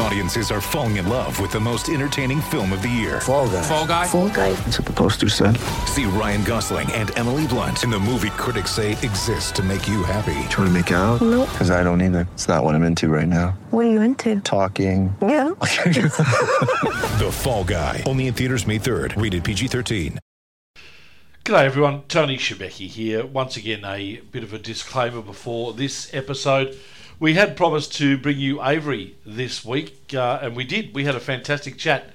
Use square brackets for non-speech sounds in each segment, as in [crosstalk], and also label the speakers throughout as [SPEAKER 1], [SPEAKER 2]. [SPEAKER 1] Audiences are falling in love with the most entertaining film of the year.
[SPEAKER 2] Fall guy.
[SPEAKER 3] Fall guy.
[SPEAKER 4] Fall guy.
[SPEAKER 2] That's what the poster said.
[SPEAKER 1] See Ryan Gosling and Emily Blunt in the movie critics say exists to make you happy.
[SPEAKER 2] Trying to make it out?
[SPEAKER 4] Nope.
[SPEAKER 2] Because I don't either. It's not what I'm into right now.
[SPEAKER 4] What are you into?
[SPEAKER 2] Talking.
[SPEAKER 4] Yeah.
[SPEAKER 1] The Fall Guy. Only in theaters May 3rd. Rated PG-13.
[SPEAKER 5] G'day everyone, Tony Shebeki here. Once again, a bit of a disclaimer before this episode. We had promised to bring you Avery this week, uh, and we did. We had a fantastic chat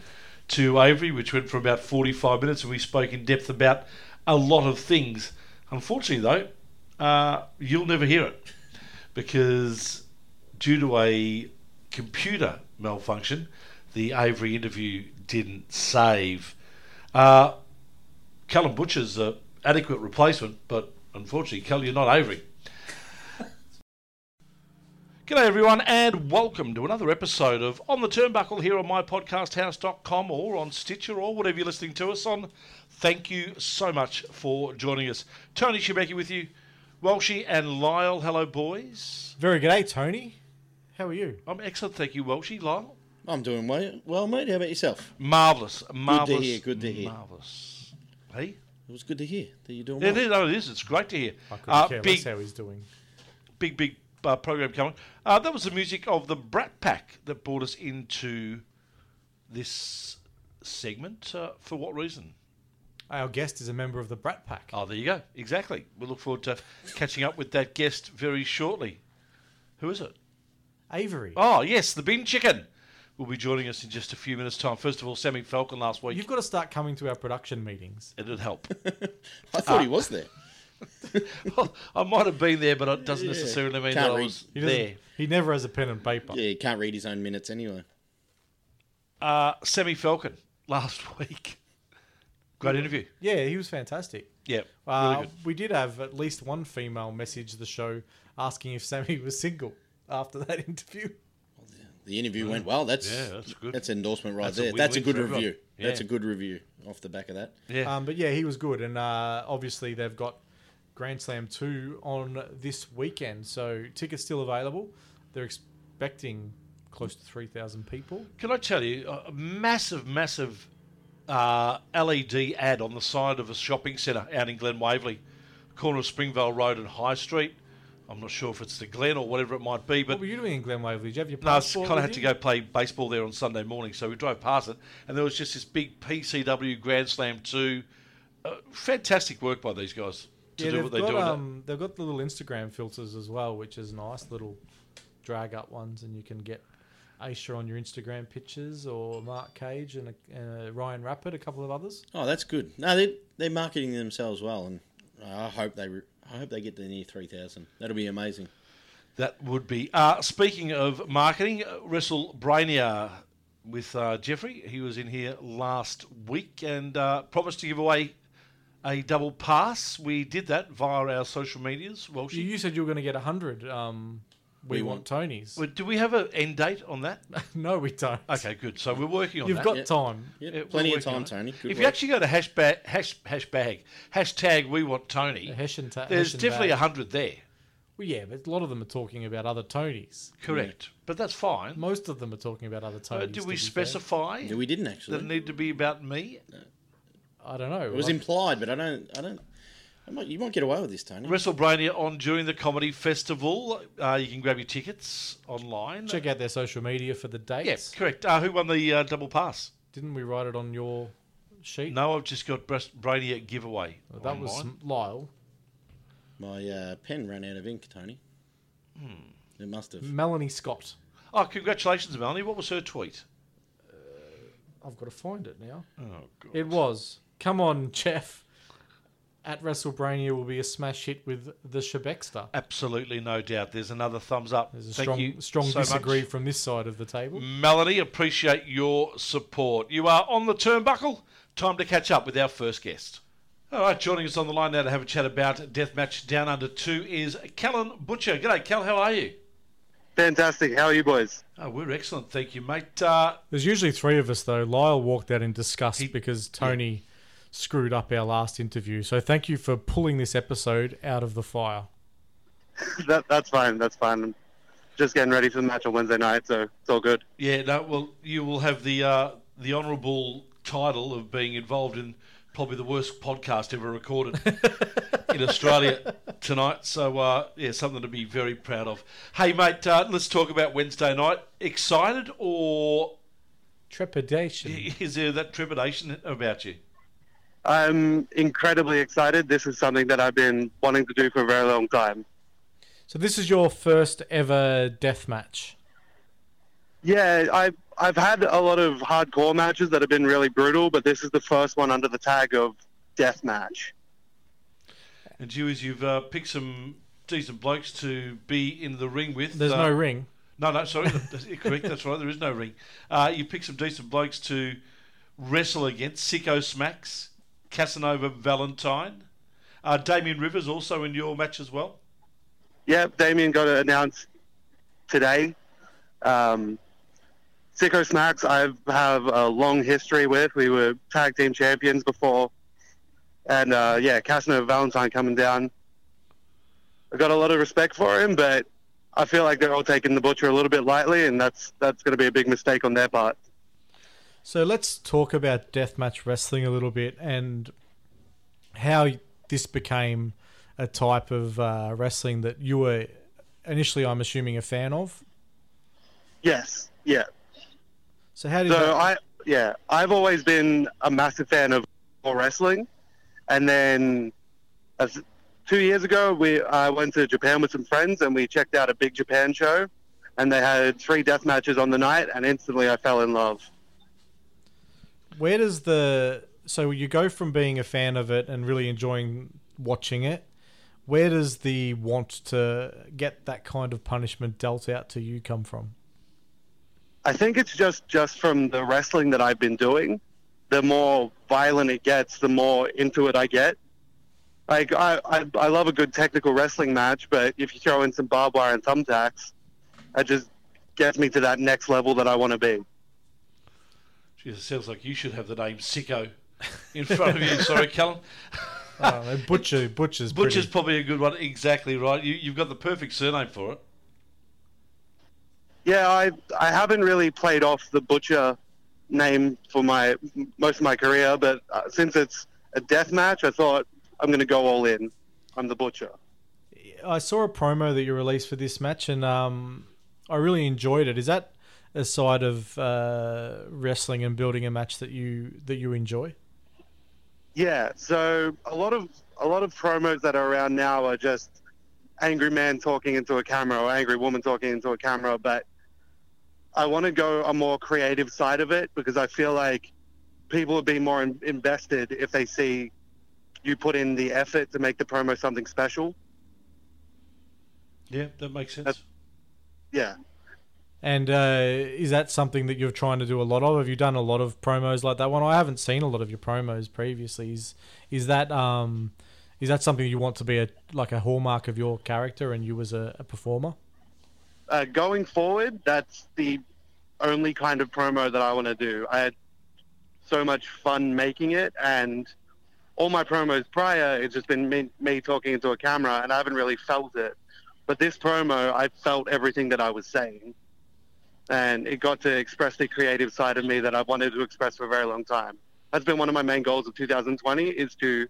[SPEAKER 5] to Avery, which went for about 45 minutes, and we spoke in depth about a lot of things. Unfortunately, though, uh, you'll never hear it because due to a computer malfunction, the Avery interview didn't save. Uh, Callum Butcher's an adequate replacement, but unfortunately, Cal, you're not Avery. G'day, everyone, and welcome to another episode of On the Turnbuckle here on mypodcasthouse.com or on Stitcher or whatever you're listening to us on. Thank you so much for joining us. Tony Shebeki with you, Welshie and Lyle. Hello, boys.
[SPEAKER 6] Very good day, Tony. How are you?
[SPEAKER 5] I'm excellent. Thank you, Welshie. Lyle.
[SPEAKER 7] I'm doing wa- well, mate. How about yourself?
[SPEAKER 5] Marvellous. Marvellous.
[SPEAKER 7] hear, good to hear.
[SPEAKER 5] Marvellous. Hey?
[SPEAKER 7] It was good to hear that you're doing
[SPEAKER 5] It
[SPEAKER 7] well.
[SPEAKER 5] is, oh, it is. It's great to hear.
[SPEAKER 6] I couldn't
[SPEAKER 5] Uh,
[SPEAKER 6] care
[SPEAKER 5] big,
[SPEAKER 6] less how he's doing.
[SPEAKER 5] big, big uh, program coming. Uh, that was the music of the Brat Pack that brought us into this segment. Uh, for what reason?
[SPEAKER 6] Our guest is a member of the Brat Pack.
[SPEAKER 5] Oh, there you go. Exactly. We look forward to catching up with that guest very shortly. Who is it?
[SPEAKER 6] Avery.
[SPEAKER 5] Oh, yes, the Bin Chicken will be joining us in just a few minutes' time. First of all, Sammy Falcon last week.
[SPEAKER 6] You've got to start coming to our production meetings.
[SPEAKER 5] It'd help. [laughs]
[SPEAKER 7] I
[SPEAKER 5] Ah.
[SPEAKER 7] thought he was there.
[SPEAKER 5] Well, I might have been there, but it doesn't necessarily mean
[SPEAKER 7] Can't
[SPEAKER 5] that I
[SPEAKER 7] read.
[SPEAKER 5] was
[SPEAKER 6] He doesn't-
[SPEAKER 5] there.
[SPEAKER 6] He never has a pen and paper.
[SPEAKER 7] Yeah, he can't read his own minutes anyway.
[SPEAKER 5] Uh, Sammy Falcon last [laughs] week. Great interview.
[SPEAKER 6] Yeah, he was fantastic.
[SPEAKER 5] Yeah.
[SPEAKER 6] Uh,
[SPEAKER 5] really good.
[SPEAKER 6] We did have at least one female message the show asking if Sammy [laughs] was single after that [laughs] interview.
[SPEAKER 7] The interview went well. That's
[SPEAKER 5] Yeah, that's good.
[SPEAKER 7] That's endorsement right
[SPEAKER 5] That's a
[SPEAKER 7] there. that's a
[SPEAKER 5] win-win
[SPEAKER 7] good
[SPEAKER 5] for everyone.
[SPEAKER 7] review. That's a
[SPEAKER 5] Yeah.
[SPEAKER 7] good review off the back of that.
[SPEAKER 5] Yeah.
[SPEAKER 6] Um, but yeah, he was good. And uh, obviously, they've got Grand Slam 2 on this weekend. So tickets still available. They're expecting close to 3,000 people.
[SPEAKER 5] Can I tell you a a massive, massive uh, LED ad on the side of a shopping centre out in Glen Waverley, corner of Springvale Road and High Street. I'm not sure if it's the Glen or whatever it might be, but
[SPEAKER 6] What were you doing in Glen Waverley? Did you have your
[SPEAKER 5] No, I
[SPEAKER 6] passport
[SPEAKER 5] kind of
[SPEAKER 6] with
[SPEAKER 5] had to go
[SPEAKER 6] you?
[SPEAKER 5] play baseball there on Sunday morning, so we drove past it, and there was just this big PCW Grand Slam 2. Uh, fantastic work by these guys to
[SPEAKER 6] yeah,
[SPEAKER 5] do
[SPEAKER 6] they've
[SPEAKER 5] what they
[SPEAKER 6] got,
[SPEAKER 5] do.
[SPEAKER 6] Um, they've got the little Instagram filters as well, which is nice little drag up ones, and you can get Aisha on your Instagram pictures or Mark Cage and, a, and a Ryan Rappert, a couple of others.
[SPEAKER 7] Oh, that's good. No, they they're marketing themselves well, and I hope they re- I hope they get to near three thousand. That'll be amazing.
[SPEAKER 5] That would be. Uh, speaking of marketing, uh, Wrestle Brainier with uh, Jeffrey. He was in here last week and uh, promised to give away a double pass. We did that via our social medias. Well,
[SPEAKER 6] You, you said you were going to get 100. Um, we,
[SPEAKER 7] We
[SPEAKER 6] want, Tony's.
[SPEAKER 5] Well, do we have an end date on that?
[SPEAKER 6] [laughs] no, we don't.
[SPEAKER 5] Okay, good. So we're working on
[SPEAKER 6] [laughs] You've
[SPEAKER 5] that.
[SPEAKER 6] got
[SPEAKER 7] Yeah.
[SPEAKER 6] time.
[SPEAKER 7] Yep,
[SPEAKER 5] Yeah, we're
[SPEAKER 7] plenty of
[SPEAKER 5] working on
[SPEAKER 7] time,
[SPEAKER 5] it.
[SPEAKER 7] Tony. Good
[SPEAKER 5] if you
[SPEAKER 7] work.
[SPEAKER 5] actually go to hashtag, hash, hashtag, hashtag we want Tony,
[SPEAKER 6] A hash and ta-
[SPEAKER 5] there's
[SPEAKER 6] hash and
[SPEAKER 5] definitely a
[SPEAKER 6] bag.
[SPEAKER 5] 100 there.
[SPEAKER 6] Well, yeah, but a lot of them are talking about other Tonys.
[SPEAKER 5] Correct. But that's fine.
[SPEAKER 6] Most of them are talking about other Tonys.
[SPEAKER 5] Uh,
[SPEAKER 6] to
[SPEAKER 5] do
[SPEAKER 6] be
[SPEAKER 5] we
[SPEAKER 6] fair.
[SPEAKER 5] specify
[SPEAKER 7] No, we didn't
[SPEAKER 5] that it
[SPEAKER 7] actually.
[SPEAKER 5] need to be about me?
[SPEAKER 6] I don't know.
[SPEAKER 7] It was implied, but I don't. I don't. I might, you might get away with this, Tony.
[SPEAKER 5] WrestleBrania on during the comedy festival. Uh, you can grab your tickets online.
[SPEAKER 6] Check out their social media for the dates.
[SPEAKER 5] Yes, correct. Uh, who won the uh, double pass?
[SPEAKER 6] Didn't we write it on your sheet?
[SPEAKER 5] No, I've just got Bras- Brainiac giveaway.
[SPEAKER 6] That was
[SPEAKER 5] online.
[SPEAKER 6] Lyle.
[SPEAKER 7] My uh, pen ran out of ink, Tony.
[SPEAKER 5] Hmm.
[SPEAKER 7] It must have.
[SPEAKER 6] Melanie Scott.
[SPEAKER 5] Oh, congratulations, Melanie. What was her tweet?
[SPEAKER 6] I've got to find it now.
[SPEAKER 5] Oh, God.
[SPEAKER 6] It was. Come on, [laughs] Jeff. At WrestleBrania will be a smash hit with the Shebexter.
[SPEAKER 5] Absolutely no doubt. There's another thumbs up.
[SPEAKER 6] There's a
[SPEAKER 5] Thank you
[SPEAKER 6] strong, strong
[SPEAKER 5] so
[SPEAKER 6] disagree
[SPEAKER 5] much. Mm.
[SPEAKER 6] from this side of the table.
[SPEAKER 5] Melanie, appreciate your support. You are on the turnbuckle. Time to catch up with our first guest. All right, joining us on the line now to have a chat about Deathmatch Down Under 2 is Callan Butcher. G'day, Cal. How are you?
[SPEAKER 8] Fantastic. How are you boys? [laughs]
[SPEAKER 5] Oh, we're excellent. Thank you, mate. Uh,
[SPEAKER 6] There's usually three of us, though. Lyle walked out in disgust because Tony screwed up our last interview. So thank you for pulling this episode out of the fire.
[SPEAKER 8] That, that's fine. That's fine. I'm just getting ready for the match on Wednesday night, so it's all good.
[SPEAKER 5] Yeah, no, well, you will have the uh, the honourable title of being involved in probably the worst podcast ever
[SPEAKER 6] [laughs]
[SPEAKER 5] recorded in Australia tonight. So, uh, yeah, something to be very proud of. Hey, mate, uh, let's talk about Wednesday night. Excited or [laughs]
[SPEAKER 6] Trepidation.
[SPEAKER 5] is there that trepidation about you?
[SPEAKER 8] I'm incredibly excited. This is something that I've been wanting to do for a very long time.
[SPEAKER 6] So this is your first ever death match.
[SPEAKER 8] Yeah, I've, I've had a lot of hardcore matches that have been really brutal, but this is the first one under the tag of death match.
[SPEAKER 5] And you, as you've uh, picked some decent blokes to be in the ring with.
[SPEAKER 6] There's
[SPEAKER 5] uh,
[SPEAKER 6] no ring.
[SPEAKER 5] No, no, sorry, [laughs] that's correct. That's right. There is no ring. Uh, you pick some decent blokes to wrestle against: Sicko Smacks, Casanova Valentine, uh, Damien Rivers, also in your match as well.
[SPEAKER 8] Yep, Damien got it announced today. Um, Sicko Smacks, I have a long history with. We were tag team champions before. And uh, yeah, Casanova Valentine coming down. I got a lot of respect for him, but I feel like they're all taking the butcher a little bit lightly, and that's that's going to be a big mistake on their part.
[SPEAKER 6] So let's talk about deathmatch wrestling a little bit and how this became a type of uh, wrestling that you were initially, I'm assuming, a fan of.
[SPEAKER 8] Yes, yeah.
[SPEAKER 6] So how did
[SPEAKER 8] So
[SPEAKER 6] that,
[SPEAKER 8] I yeah, I've always been a massive fan of wrestling, and then as, two years ago we I went to Japan with some friends and we checked out a big Japan show, and they had three death matches on the night, and instantly I fell in love.
[SPEAKER 6] where does the so you go from being a fan of it and really enjoying watching it? Where does the want to get that kind of punishment dealt out to you
[SPEAKER 8] [laughs]
[SPEAKER 6] come from?
[SPEAKER 8] I think it's just just from the wrestling that I've been doing. The more violent it gets, the more into it I get. Like I, I, I love a good technical wrestling match, but if you throw in some barbed wire and thumbtacks, it just gets me to that next level that I want to be.
[SPEAKER 5] Jeez, it sounds like you should have the name Sicko in front [laughs] of you. sorry, Callum.
[SPEAKER 6] I don't know, butcher, butcher's,
[SPEAKER 5] Butcher's
[SPEAKER 6] pretty.
[SPEAKER 5] probably a good one. Exactly right. You, you've got the perfect surname for it.
[SPEAKER 8] Yeah, I I haven't really played off the butcher name for my most of my career, but uh, since it's a death match, I thought I'm going to go all in. I'm the butcher.
[SPEAKER 6] I saw a promo that you released for this match, and um, I really enjoyed it. Is that a side of uh, wrestling and building a match that you that you enjoy?
[SPEAKER 8] Yeah, so a lot of a lot of promos that are around now are just angry man talking into a camera or angry woman talking into a camera, but I want to go a more creative side of it because I feel like people would be more in- invested if they see you put in the effort to make the promo something special.
[SPEAKER 5] Yeah, that makes sense.
[SPEAKER 8] That's- Yeah.
[SPEAKER 6] And uh, is that something that you're trying to do a lot of? Have you done a lot of promos like that one? I haven't seen a lot of your promos previously. Is is that um, is that something you want to be a like a hallmark of your character and you as a, a performer?
[SPEAKER 8] uh, going forward, that's the only kind of promo that I want to do. I had so much fun making it, and all my promos prior, it's just been me, me talking into a camera, and I haven't really felt it. But this promo, I felt everything that I was saying, and it got to express the creative side of me that I've wanted to express for a very long time. That's been one of my main goals of 2020 is to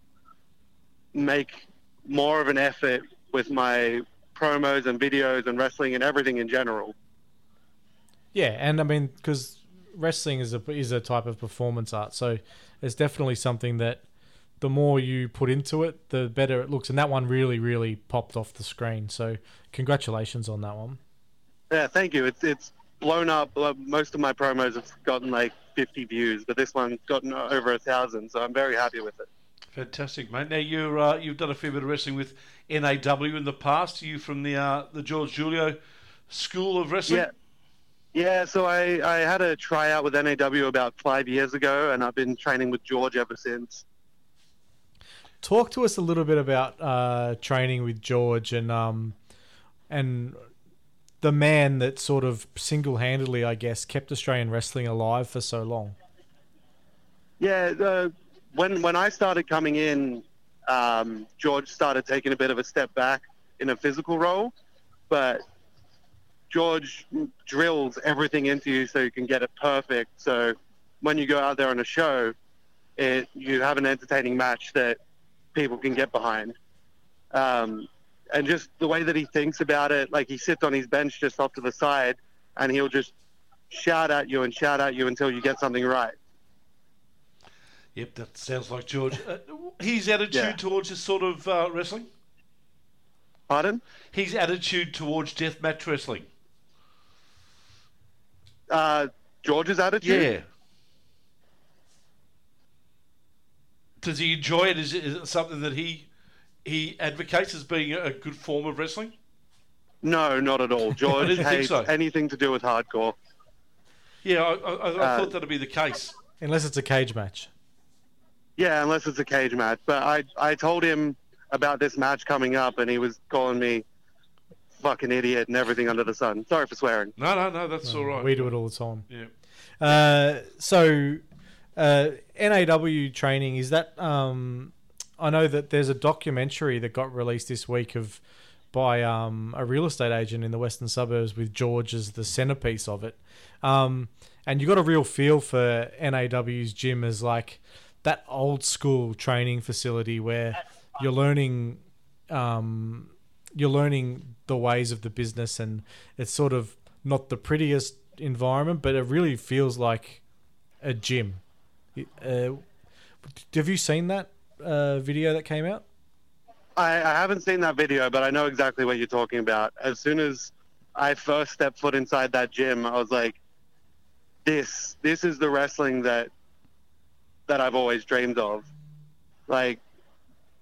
[SPEAKER 8] make more of an effort with my promos and videos and wrestling and everything in general.
[SPEAKER 6] Yeah, and I mean, because wrestling is a is a type of performance art, so it's definitely something that the more you put into it, the better it looks. And that one really, really popped off the screen. So congratulations on that one.
[SPEAKER 8] Yeah, thank you. It's it's blown up. Well, Most of my promos have gotten like 50 views, but this one's gotten over a thousand, so I'm very happy with it.
[SPEAKER 5] Fantastic, mate. Now you uh, you've done a fair bit of wrestling with NAW in the past. Are you from the uh, the George Julio School of Wrestling?
[SPEAKER 8] Yeah. Yeah, so I, I had a tryout with NAW about five years ago, and I've been training with George ever since.
[SPEAKER 6] Talk to us a little bit about uh, training with George and um and the man that sort of single handedly, I guess, kept Australian wrestling alive for so long.
[SPEAKER 8] Yeah, uh, when when I started coming in, um, George started taking a bit of a step back in a physical role, but George drills everything into you so you can get it perfect. So when you go out there on a show, it, you have an entertaining match that people can get behind. Um, and just the way that he thinks about it, like he sits on his bench just off to the side and he'll just shout at you and shout at you until you get something right.
[SPEAKER 5] Yep, that sounds like George. Uh, his attitude
[SPEAKER 8] Yeah.
[SPEAKER 5] towards this sort of uh, wrestling?
[SPEAKER 8] Pardon?
[SPEAKER 5] His attitude towards death match wrestling?
[SPEAKER 8] Uh, George's attitude?
[SPEAKER 5] Yeah. Does he enjoy it? Is it, is it something that he he advocates as being a, a good form of wrestling?
[SPEAKER 8] No, not at
[SPEAKER 5] [laughs]
[SPEAKER 8] all.
[SPEAKER 5] I
[SPEAKER 8] George
[SPEAKER 5] didn't think
[SPEAKER 8] hates
[SPEAKER 5] so.
[SPEAKER 8] anything to do with hardcore.
[SPEAKER 5] Yeah, I, I, I
[SPEAKER 8] Uh,
[SPEAKER 5] thought that'd be the case.
[SPEAKER 6] Unless it's a cage match.
[SPEAKER 8] Yeah, unless it's a cage match. But I, I told him about this match coming up, and he was calling me fucking idiot and everything under the sun. Sorry for swearing.
[SPEAKER 5] No, no, no, that's all right.
[SPEAKER 6] We do it all the time.
[SPEAKER 5] Yeah.
[SPEAKER 6] Uh, so uh, NAW training is that? Um, I know that there's a documentary that got released this week of by um, a real estate agent in the western suburbs with George as the centerpiece of it. Um, and you got a real feel for NAW's gym as like that old school training facility where you're learning um, you're learning the ways of the business and it's sort of not the prettiest environment but it really feels like a gym uh, have you seen that uh, video that came out
[SPEAKER 8] I, I haven't seen that video, but I know exactly what you're talking about. As soon as I first stepped foot inside that gym, I was like, "This, this is the wrestling that that I've always dreamed of." Like,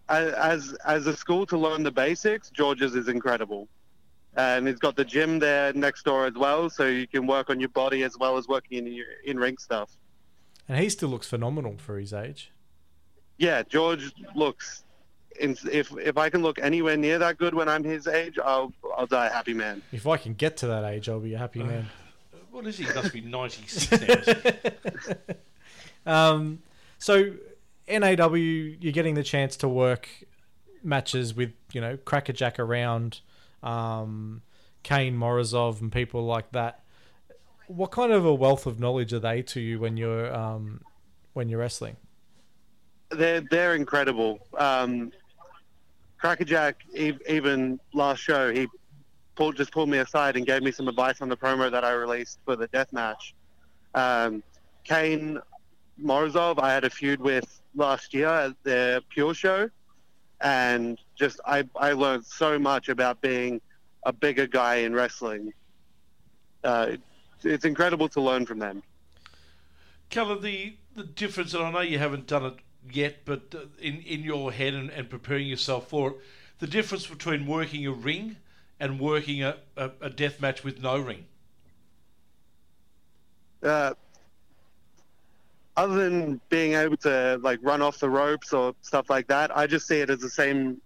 [SPEAKER 8] a- as as a school to learn the basics, George's is incredible, and it's got the gym there next door as well, so you can work on your body as well as working in your in ring stuff.
[SPEAKER 6] and he still looks phenomenal for his age
[SPEAKER 8] Yeah, George looks. If if I can look anywhere near that good when I'm his age, I'll I'll die a happy man.
[SPEAKER 6] if I can get to that age I'll be a happy man
[SPEAKER 5] What is he? He must be 96 now. isn't he?
[SPEAKER 6] um, so NAW you're getting the chance to work matches with you know crackerjack around um, Kane Morozov and people like that. What kind of a wealth of knowledge are they to you when you're um, when you're wrestling?
[SPEAKER 8] they're they're incredible. Um, Crackerjack, e- even last show, he pulled just pulled me aside and gave me some advice on the promo that I released for the death match. Um, Kane Morozov, I had a feud with last year at the Pure show, and just I I learned so much about being a bigger guy in wrestling. Uh, it's incredible to learn from them.
[SPEAKER 5] Callum, the, the difference, and I know you haven't done it yet, but uh, in, in your head and, and preparing yourself for it, the difference between working a ring and working a, a, a death match with no ring.
[SPEAKER 8] uh, other than being able to like run off the ropes or stuff like that, I just see it as the same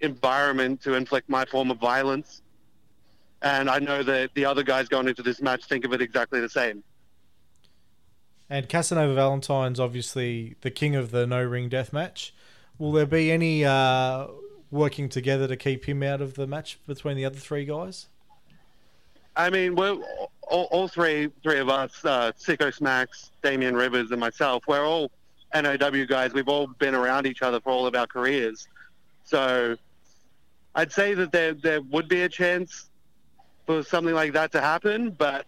[SPEAKER 8] environment to inflict my form of violence. And I know that the other guys going into this match think of it exactly the same.
[SPEAKER 6] And Casanova Valentine's obviously the king of the no ring death match. Will there be any uh, working together to keep him out of the match between the other three guys?
[SPEAKER 8] I mean, we're all, all three three of us, uh, Sicko Smacks, Damien Rivers, and myself. We're all NOW guys. We've all been around each other for all of our careers, so I'd say that there there would be a chance for something like that to happen. But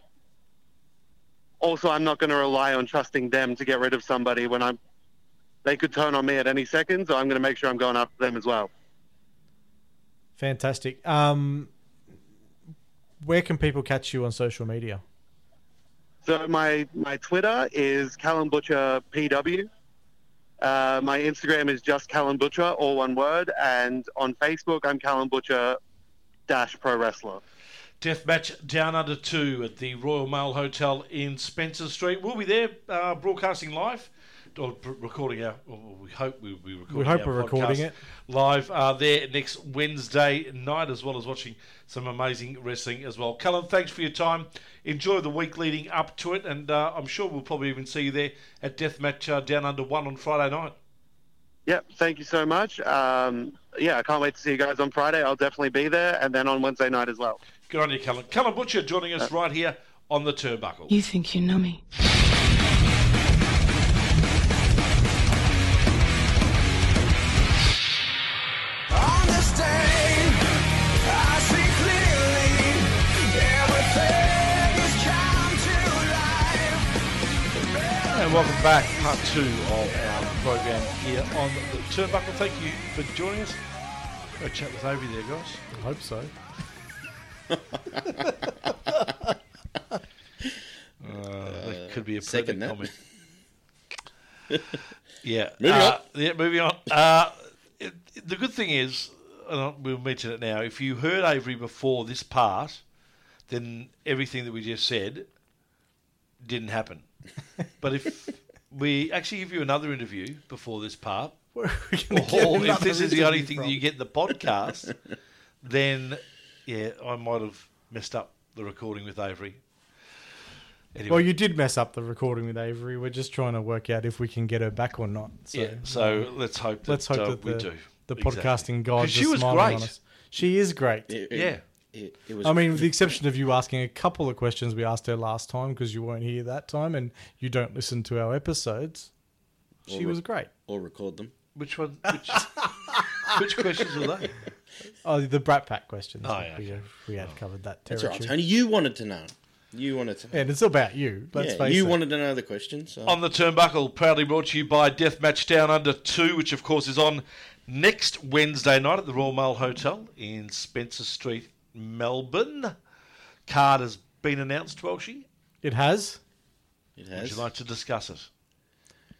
[SPEAKER 8] also, I'm not going to rely on trusting them to get rid of somebody when I'm. They could turn on me at any second, so I'm going to make sure I'm going after them as well.
[SPEAKER 6] Fantastic. Um, where can people catch you on social media?
[SPEAKER 8] So my my Twitter is Callum Butcher PW. Uh, my Instagram is just Callum Butcher, all one word, and on Facebook I'm Callum Butcher dash pro wrestler.
[SPEAKER 5] Deathmatch Down Under 2 at the Royal Mail Hotel in Spencer Street. We'll be there uh, broadcasting live. Or pr- recording our, well, we hope we'll be recording.
[SPEAKER 6] We hope
[SPEAKER 5] our
[SPEAKER 6] we're recording
[SPEAKER 5] podcast
[SPEAKER 6] it.
[SPEAKER 5] live uh, there next Wednesday night, as well as watching some amazing wrestling as well. Cullen, thanks for your time. Enjoy the week leading up to it, and uh, I'm sure we'll probably even see you there at Deathmatch uh, Down Under One on Friday night.
[SPEAKER 8] Yep. Thank you so much. Um, yeah, I can't wait to see you guys on Friday. I'll definitely be there, and then on Wednesday night as well.
[SPEAKER 5] Good on you, Cullen. Cullen Butcher joining us right here on the turnbuckle.
[SPEAKER 3] You think you know me?
[SPEAKER 5] And welcome back, part two of our program here on the turnbuckle. Thank you for joining us. Go chat with Avery there, guys.
[SPEAKER 6] I hope so.
[SPEAKER 5] Uh, that could be a
[SPEAKER 7] second
[SPEAKER 5] perfect
[SPEAKER 7] that.
[SPEAKER 5] comment.
[SPEAKER 7] [laughs]
[SPEAKER 5] yeah.
[SPEAKER 7] Moving
[SPEAKER 5] uh,
[SPEAKER 7] on.
[SPEAKER 5] Yeah, moving on. Uh, it, the good thing is, and I'll- we'll mention it now, if you heard Avery before this part, then everything that we just said didn't happen. But if we actually give you another interview before this
[SPEAKER 6] [laughs]
[SPEAKER 5] part,
[SPEAKER 6] Where are we gonna get
[SPEAKER 5] or if
[SPEAKER 6] another
[SPEAKER 5] this is the only
[SPEAKER 6] interview
[SPEAKER 5] thing
[SPEAKER 6] from?
[SPEAKER 5] that you get in the podcast, then yeah, I might have messed up the recording with Avery. Anyway.
[SPEAKER 6] Well, you did mess up the recording with Avery. We're just trying to work out if we can get her back or not. So
[SPEAKER 5] yeah, so let's hope that,
[SPEAKER 6] let's hope
[SPEAKER 5] uh,
[SPEAKER 6] that the,
[SPEAKER 5] we do.
[SPEAKER 6] the
[SPEAKER 5] Exactly.
[SPEAKER 6] podcasting
[SPEAKER 5] 'Cause
[SPEAKER 6] gods
[SPEAKER 5] she
[SPEAKER 6] are
[SPEAKER 5] was
[SPEAKER 6] smiling on
[SPEAKER 5] great.
[SPEAKER 6] us. She is great.
[SPEAKER 7] It, it-
[SPEAKER 5] Yeah.
[SPEAKER 7] It, it was.
[SPEAKER 6] I mean, with the exception of you asking a couple of questions we asked her last time because you weren't here that time and you don't listen to our episodes, she
[SPEAKER 7] Well,
[SPEAKER 6] was
[SPEAKER 7] look-
[SPEAKER 6] great.
[SPEAKER 7] or record them.
[SPEAKER 5] Which one? Which, [laughs] which questions are they?
[SPEAKER 6] Oh, the Brat Pack questions.
[SPEAKER 5] Oh, yeah,
[SPEAKER 6] we,
[SPEAKER 5] okay.
[SPEAKER 6] we had covered that
[SPEAKER 7] That's all
[SPEAKER 6] territory.
[SPEAKER 7] right, Tony. You wanted to know. You wanted to.
[SPEAKER 6] And it's about you. Let's
[SPEAKER 7] yeah,
[SPEAKER 6] face
[SPEAKER 7] you
[SPEAKER 6] it.
[SPEAKER 7] wanted to know the question. So
[SPEAKER 5] On the turnbuckle, proudly brought to you by Deathmatch Down Under 2, which of course is on next Wednesday night at the Royal Mail Hotel in Spencer Street, Melbourne. Card has been announced, Welshie.
[SPEAKER 6] It has.
[SPEAKER 7] it
[SPEAKER 5] Would you
[SPEAKER 7] has.
[SPEAKER 5] like to discuss it?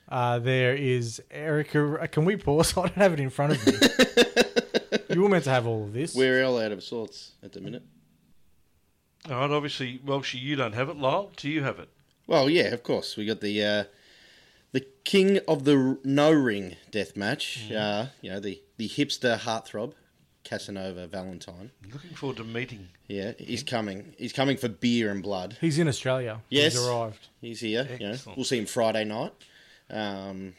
[SPEAKER 6] Uh, there is Erica. Can we pause? [laughs] I don't have it in
[SPEAKER 5] [laughs]
[SPEAKER 6] front of me. you were meant to have all of this.
[SPEAKER 7] We're all out of sorts at the minute.
[SPEAKER 5] All right, obviously, Welshie, you don't have it. Lyle, do you have it?
[SPEAKER 7] Well, yeah, of course. We got the uh, the king of the r- no ring death match.
[SPEAKER 6] Mm-hmm.
[SPEAKER 7] Uh, you know the the hipster heartthrob, Casanova Valentine.
[SPEAKER 5] Looking forward to meeting.
[SPEAKER 7] Yeah, he's coming. He's coming for beer and blood.
[SPEAKER 6] He's in Australia.
[SPEAKER 7] Yes.
[SPEAKER 6] He's arrived.
[SPEAKER 7] He's here. You know,
[SPEAKER 5] Excellent.
[SPEAKER 7] we'll see him Friday night. Um,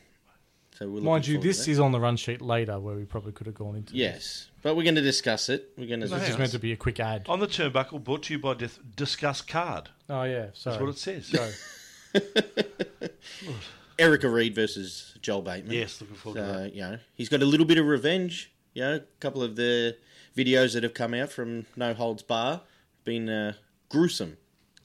[SPEAKER 7] so we're
[SPEAKER 6] Mind you,
[SPEAKER 7] looking forward to
[SPEAKER 6] this
[SPEAKER 7] that.
[SPEAKER 6] is on the run sheet later where we probably could have gone into
[SPEAKER 7] yes, but we're going to discuss it. We're going to.
[SPEAKER 6] This is meant to be a quick ad.
[SPEAKER 7] Oh,
[SPEAKER 5] On the turnbuckle, brought to you by Death Discuss Card.
[SPEAKER 6] Oh, yeah. Sorry.
[SPEAKER 5] That's what it says.
[SPEAKER 6] Sorry.
[SPEAKER 7] Erica Reed versus Joel Bateman.
[SPEAKER 5] Yes, looking forward to that.
[SPEAKER 7] So, you know, he's got a little bit of revenge. You know, a couple of the videos that have come out from No Holds Bar been uh, gruesome.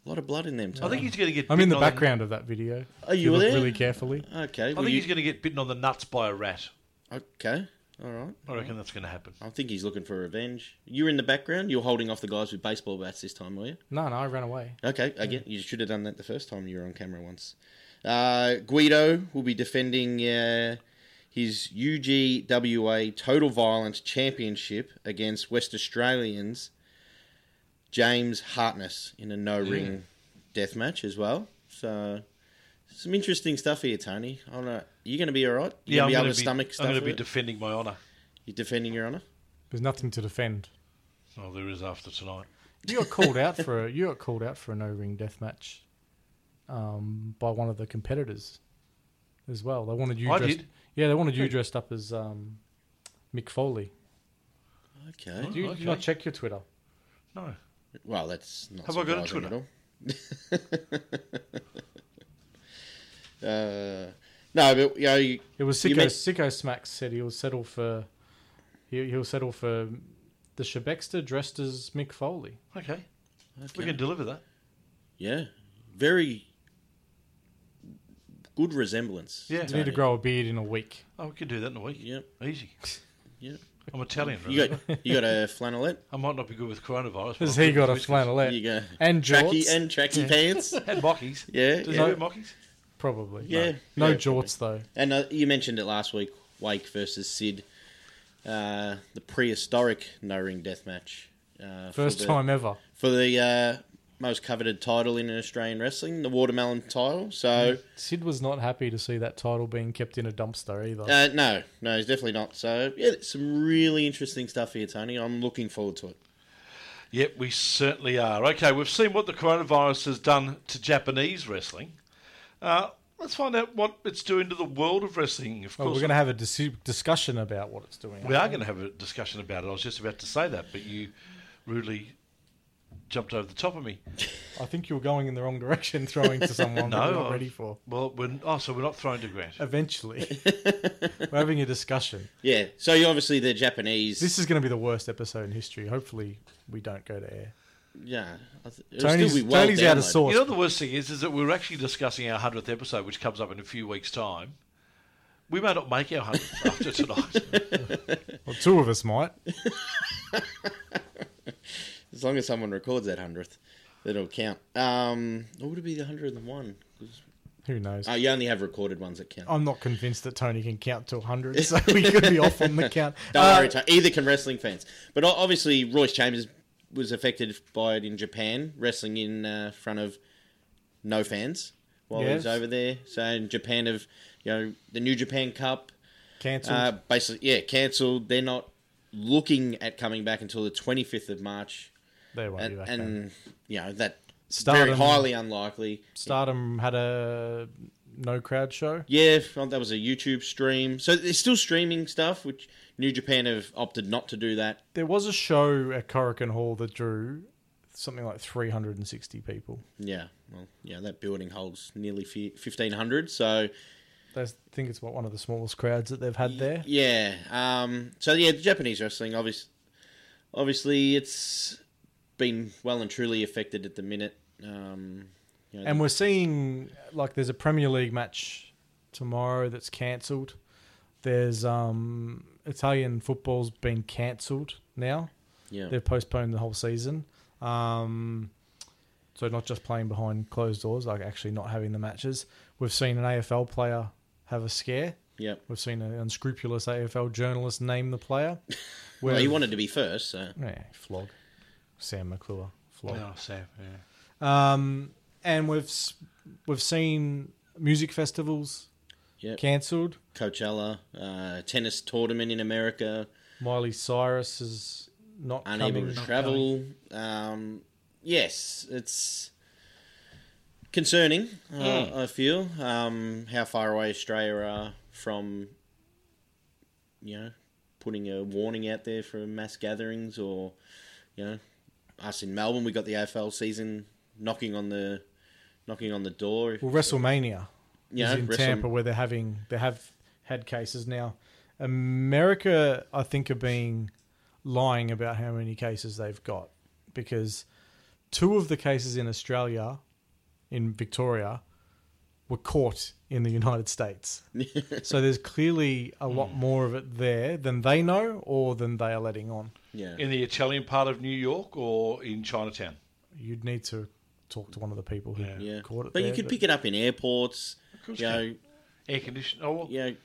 [SPEAKER 7] A lot of blood in them.
[SPEAKER 5] I think
[SPEAKER 7] Tony.
[SPEAKER 5] he's going to get.
[SPEAKER 6] I'm
[SPEAKER 5] bitten
[SPEAKER 6] in the
[SPEAKER 5] on
[SPEAKER 6] background of that video.
[SPEAKER 7] Are
[SPEAKER 6] If
[SPEAKER 7] you
[SPEAKER 6] look
[SPEAKER 7] there?
[SPEAKER 6] Really carefully.
[SPEAKER 7] Okay.
[SPEAKER 5] I
[SPEAKER 7] well,
[SPEAKER 5] think
[SPEAKER 7] you-
[SPEAKER 5] he's going to get bitten on the nuts by a rat.
[SPEAKER 7] Okay. All right.
[SPEAKER 5] I reckon that's going to happen.
[SPEAKER 7] I think he's looking for revenge. You're in the background. You're holding off the guys with baseball bats this time, were you?
[SPEAKER 6] No, no, I ran away.
[SPEAKER 7] Okay, again, you should have done that the first time you were on camera once. Uh, Guido will be defending uh, his UGWA Total Violence Championship against West Australians James Hartness in a no ring death match as well. So some interesting stuff here, Tony. I don't know. You going to be all right? You
[SPEAKER 5] Yeah,
[SPEAKER 7] gonna
[SPEAKER 5] I'm
[SPEAKER 7] be able
[SPEAKER 5] going
[SPEAKER 7] to
[SPEAKER 5] to be.
[SPEAKER 7] stomach
[SPEAKER 5] I'm
[SPEAKER 7] stuff.
[SPEAKER 5] going to
[SPEAKER 7] of
[SPEAKER 5] be
[SPEAKER 7] it?
[SPEAKER 5] defending my honour.
[SPEAKER 7] You're defending your honour.
[SPEAKER 6] There's nothing to defend.
[SPEAKER 5] Oh, there is after tonight.
[SPEAKER 6] You got called out for a you got called out for a no ring death match, um, by one of the competitors, as well. They wanted you.
[SPEAKER 5] I
[SPEAKER 6] dressed,
[SPEAKER 5] did?
[SPEAKER 6] Yeah, they wanted you dressed up as um, Mick Foley.
[SPEAKER 5] Oh,
[SPEAKER 7] Okay.
[SPEAKER 6] Do you, do you not check your Twitter?
[SPEAKER 5] No.
[SPEAKER 7] Well, that's not
[SPEAKER 5] Have I got a
[SPEAKER 7] surprising
[SPEAKER 5] Twitter?
[SPEAKER 7] at all. [laughs] uh, no, but you know, you,
[SPEAKER 6] It was
[SPEAKER 7] You
[SPEAKER 6] Sicko.
[SPEAKER 7] mean-
[SPEAKER 6] Sicko Smack said he'll settle for, he, he'll settle for the Shebexter dressed as Mick Foley.
[SPEAKER 5] Okay. We can deliver that.
[SPEAKER 7] yeah, very good resemblance.
[SPEAKER 5] Yeah.
[SPEAKER 6] You need to grow a beard in a week.
[SPEAKER 5] Oh, we can do that in a week.
[SPEAKER 7] Yep.
[SPEAKER 5] Easy.
[SPEAKER 7] Yep.
[SPEAKER 5] I'm Italian.
[SPEAKER 7] You
[SPEAKER 5] remember?
[SPEAKER 7] got you got a
[SPEAKER 6] [laughs]
[SPEAKER 7] flannelette.
[SPEAKER 5] I might not be good with coronavirus.
[SPEAKER 7] Oh,
[SPEAKER 5] but
[SPEAKER 6] Has
[SPEAKER 5] I'm
[SPEAKER 6] he
[SPEAKER 5] good
[SPEAKER 6] got a
[SPEAKER 5] with whiskey.
[SPEAKER 6] flannelette
[SPEAKER 7] You go
[SPEAKER 6] and
[SPEAKER 7] tracky
[SPEAKER 6] jorts?
[SPEAKER 7] and
[SPEAKER 6] [laughs]
[SPEAKER 7] tracky pants.
[SPEAKER 5] And mockies.
[SPEAKER 7] Yeah,
[SPEAKER 5] Does
[SPEAKER 7] yeah.
[SPEAKER 5] he wear mockies?
[SPEAKER 6] Probably.
[SPEAKER 7] Yeah,
[SPEAKER 6] No,
[SPEAKER 7] yeah.
[SPEAKER 6] jorts though.
[SPEAKER 7] And uh, you mentioned it last week. Wake versus Sid, uh, the prehistoric no ring death match. Uh, for
[SPEAKER 6] First
[SPEAKER 7] the-
[SPEAKER 6] time ever.
[SPEAKER 7] for the uh, most coveted title in Australian wrestling, the watermelon title. So
[SPEAKER 6] Sid was not happy to see that title being kept in a dumpster either.
[SPEAKER 7] uh, no, no, he's definitely not. So yeah, some really interesting stuff here, Tony. I'm looking forward to it.
[SPEAKER 5] Yep, we certainly are. Okay, we've seen what the coronavirus has done to Japanese wrestling. Uh, Let's find out what it's doing to the world of wrestling. Of
[SPEAKER 6] Well,
[SPEAKER 5] course,
[SPEAKER 6] we're going to have a dis- discussion about what it's doing.
[SPEAKER 5] we are going to have a discussion about it. I was just about to say that, but you rudely jumped over the top of me.
[SPEAKER 6] I think you're going in the wrong direction, throwing to someone
[SPEAKER 7] [laughs]
[SPEAKER 5] No,
[SPEAKER 6] that we're not
[SPEAKER 5] I've-
[SPEAKER 6] ready for.
[SPEAKER 5] Well, we're, oh, so we're not thrown to Grant.
[SPEAKER 7] [laughs]
[SPEAKER 6] Eventually, we're having a discussion.
[SPEAKER 7] Yeah. So you obviously the Japanese.
[SPEAKER 6] This is going to be the worst episode in history. Hopefully, we don't go to air.
[SPEAKER 7] yeah. I th- it'll
[SPEAKER 6] Tony's,
[SPEAKER 7] still be well
[SPEAKER 6] Tony's out of
[SPEAKER 7] downloaded.
[SPEAKER 6] sorts.
[SPEAKER 5] You know, the worst thing is, is that we're actually discussing our hundredth episode, which comes up in a few weeks' time. We may not make our hundredth [laughs] after tonight.
[SPEAKER 6] well, two of us might.
[SPEAKER 7] As long as someone records that hundredth, it'll count. Um, or would it be the hundred and one?
[SPEAKER 6] Who knows?
[SPEAKER 7] Oh, you only have recorded ones that count.
[SPEAKER 6] I'm not convinced that Tony can count to
[SPEAKER 7] [laughs]
[SPEAKER 6] 100, so we could be off on the count.
[SPEAKER 7] Don't
[SPEAKER 6] Uh,
[SPEAKER 7] worry, Tony. either can wrestling fans. But o- obviously, Royce Chambers was affected by it in Japan, wrestling in uh, front of no fans while he was
[SPEAKER 6] Yes.
[SPEAKER 7] over there. So in Japan, of you know the New Japan Cup,
[SPEAKER 6] Cancelled.
[SPEAKER 7] uh, basically, yeah, cancelled. They're not looking at coming back until the 25th of March,
[SPEAKER 6] they won't be
[SPEAKER 7] and,
[SPEAKER 6] back. then.
[SPEAKER 7] and you know that very
[SPEAKER 6] Stardom-
[SPEAKER 7] highly unlikely.
[SPEAKER 6] Stardom had a no crowd show.
[SPEAKER 7] Yeah, well, that was a YouTube stream. So they're still streaming stuff, which New Japan have opted not to do that.
[SPEAKER 6] There was a show at Corican Hall that drew something like 360 people.
[SPEAKER 7] Yeah, well, yeah, that building holds nearly fi- 1,500. So,
[SPEAKER 6] That's, I think it's what one of the smallest crowds that they've had there.
[SPEAKER 7] yeah. Um, so, yeah, the Japanese wrestling, obviously, obviously it's been well and truly affected at the minute. Um, you know,
[SPEAKER 6] And we're seeing like there's a Premier League match tomorrow that's cancelled. There's um Italian football's been cancelled now.
[SPEAKER 7] yeah.
[SPEAKER 6] They've postponed the whole season. Um, so not just playing behind closed doors, like actually not having the matches. We've seen an AFL player have a scare.
[SPEAKER 7] Yep.
[SPEAKER 6] We've seen an unscrupulous AFL journalist name the player.
[SPEAKER 7] Well, he
[SPEAKER 6] We've-
[SPEAKER 7] wanted to be first, so.
[SPEAKER 6] yeah, flog Sam McClure flog.
[SPEAKER 5] oh, Sam, yeah.
[SPEAKER 6] Um, and we've s- we've seen music festivals
[SPEAKER 7] Yep.
[SPEAKER 6] cancelled.
[SPEAKER 7] Coachella, uh, tennis tournament in America,
[SPEAKER 6] Miley Cyrus is not
[SPEAKER 7] unable
[SPEAKER 6] coming.
[SPEAKER 7] to travel. Um, yes, it's concerning.
[SPEAKER 5] Hmm.
[SPEAKER 7] Uh, I feel um, how far away Australia are from, you know, putting a warning out there for mass gatherings, or you know, us in Melbourne, we got the AFL season knocking on the knocking on the door.
[SPEAKER 6] Well, WrestleMania
[SPEAKER 7] Yeah,
[SPEAKER 6] is in
[SPEAKER 7] wrestling-
[SPEAKER 6] Tampa where they're having they have had cases now. America, I think, are being lying about how many cases they've got because two of the cases in Australia, in Victoria, were caught in the United
[SPEAKER 7] [laughs]
[SPEAKER 6] States. so there's clearly a lot more of it there than they know or than they are letting on.
[SPEAKER 7] yeah,
[SPEAKER 5] In the Italian part of New York or in Chinatown?
[SPEAKER 6] You'd need to talk to one of the people who
[SPEAKER 7] yeah.
[SPEAKER 6] caught it.
[SPEAKER 7] But you
[SPEAKER 6] there,
[SPEAKER 7] could pick it up in airports.
[SPEAKER 5] course
[SPEAKER 7] you
[SPEAKER 5] you
[SPEAKER 7] know,
[SPEAKER 5] Air conditioned? Oh, well,
[SPEAKER 7] you know, ho-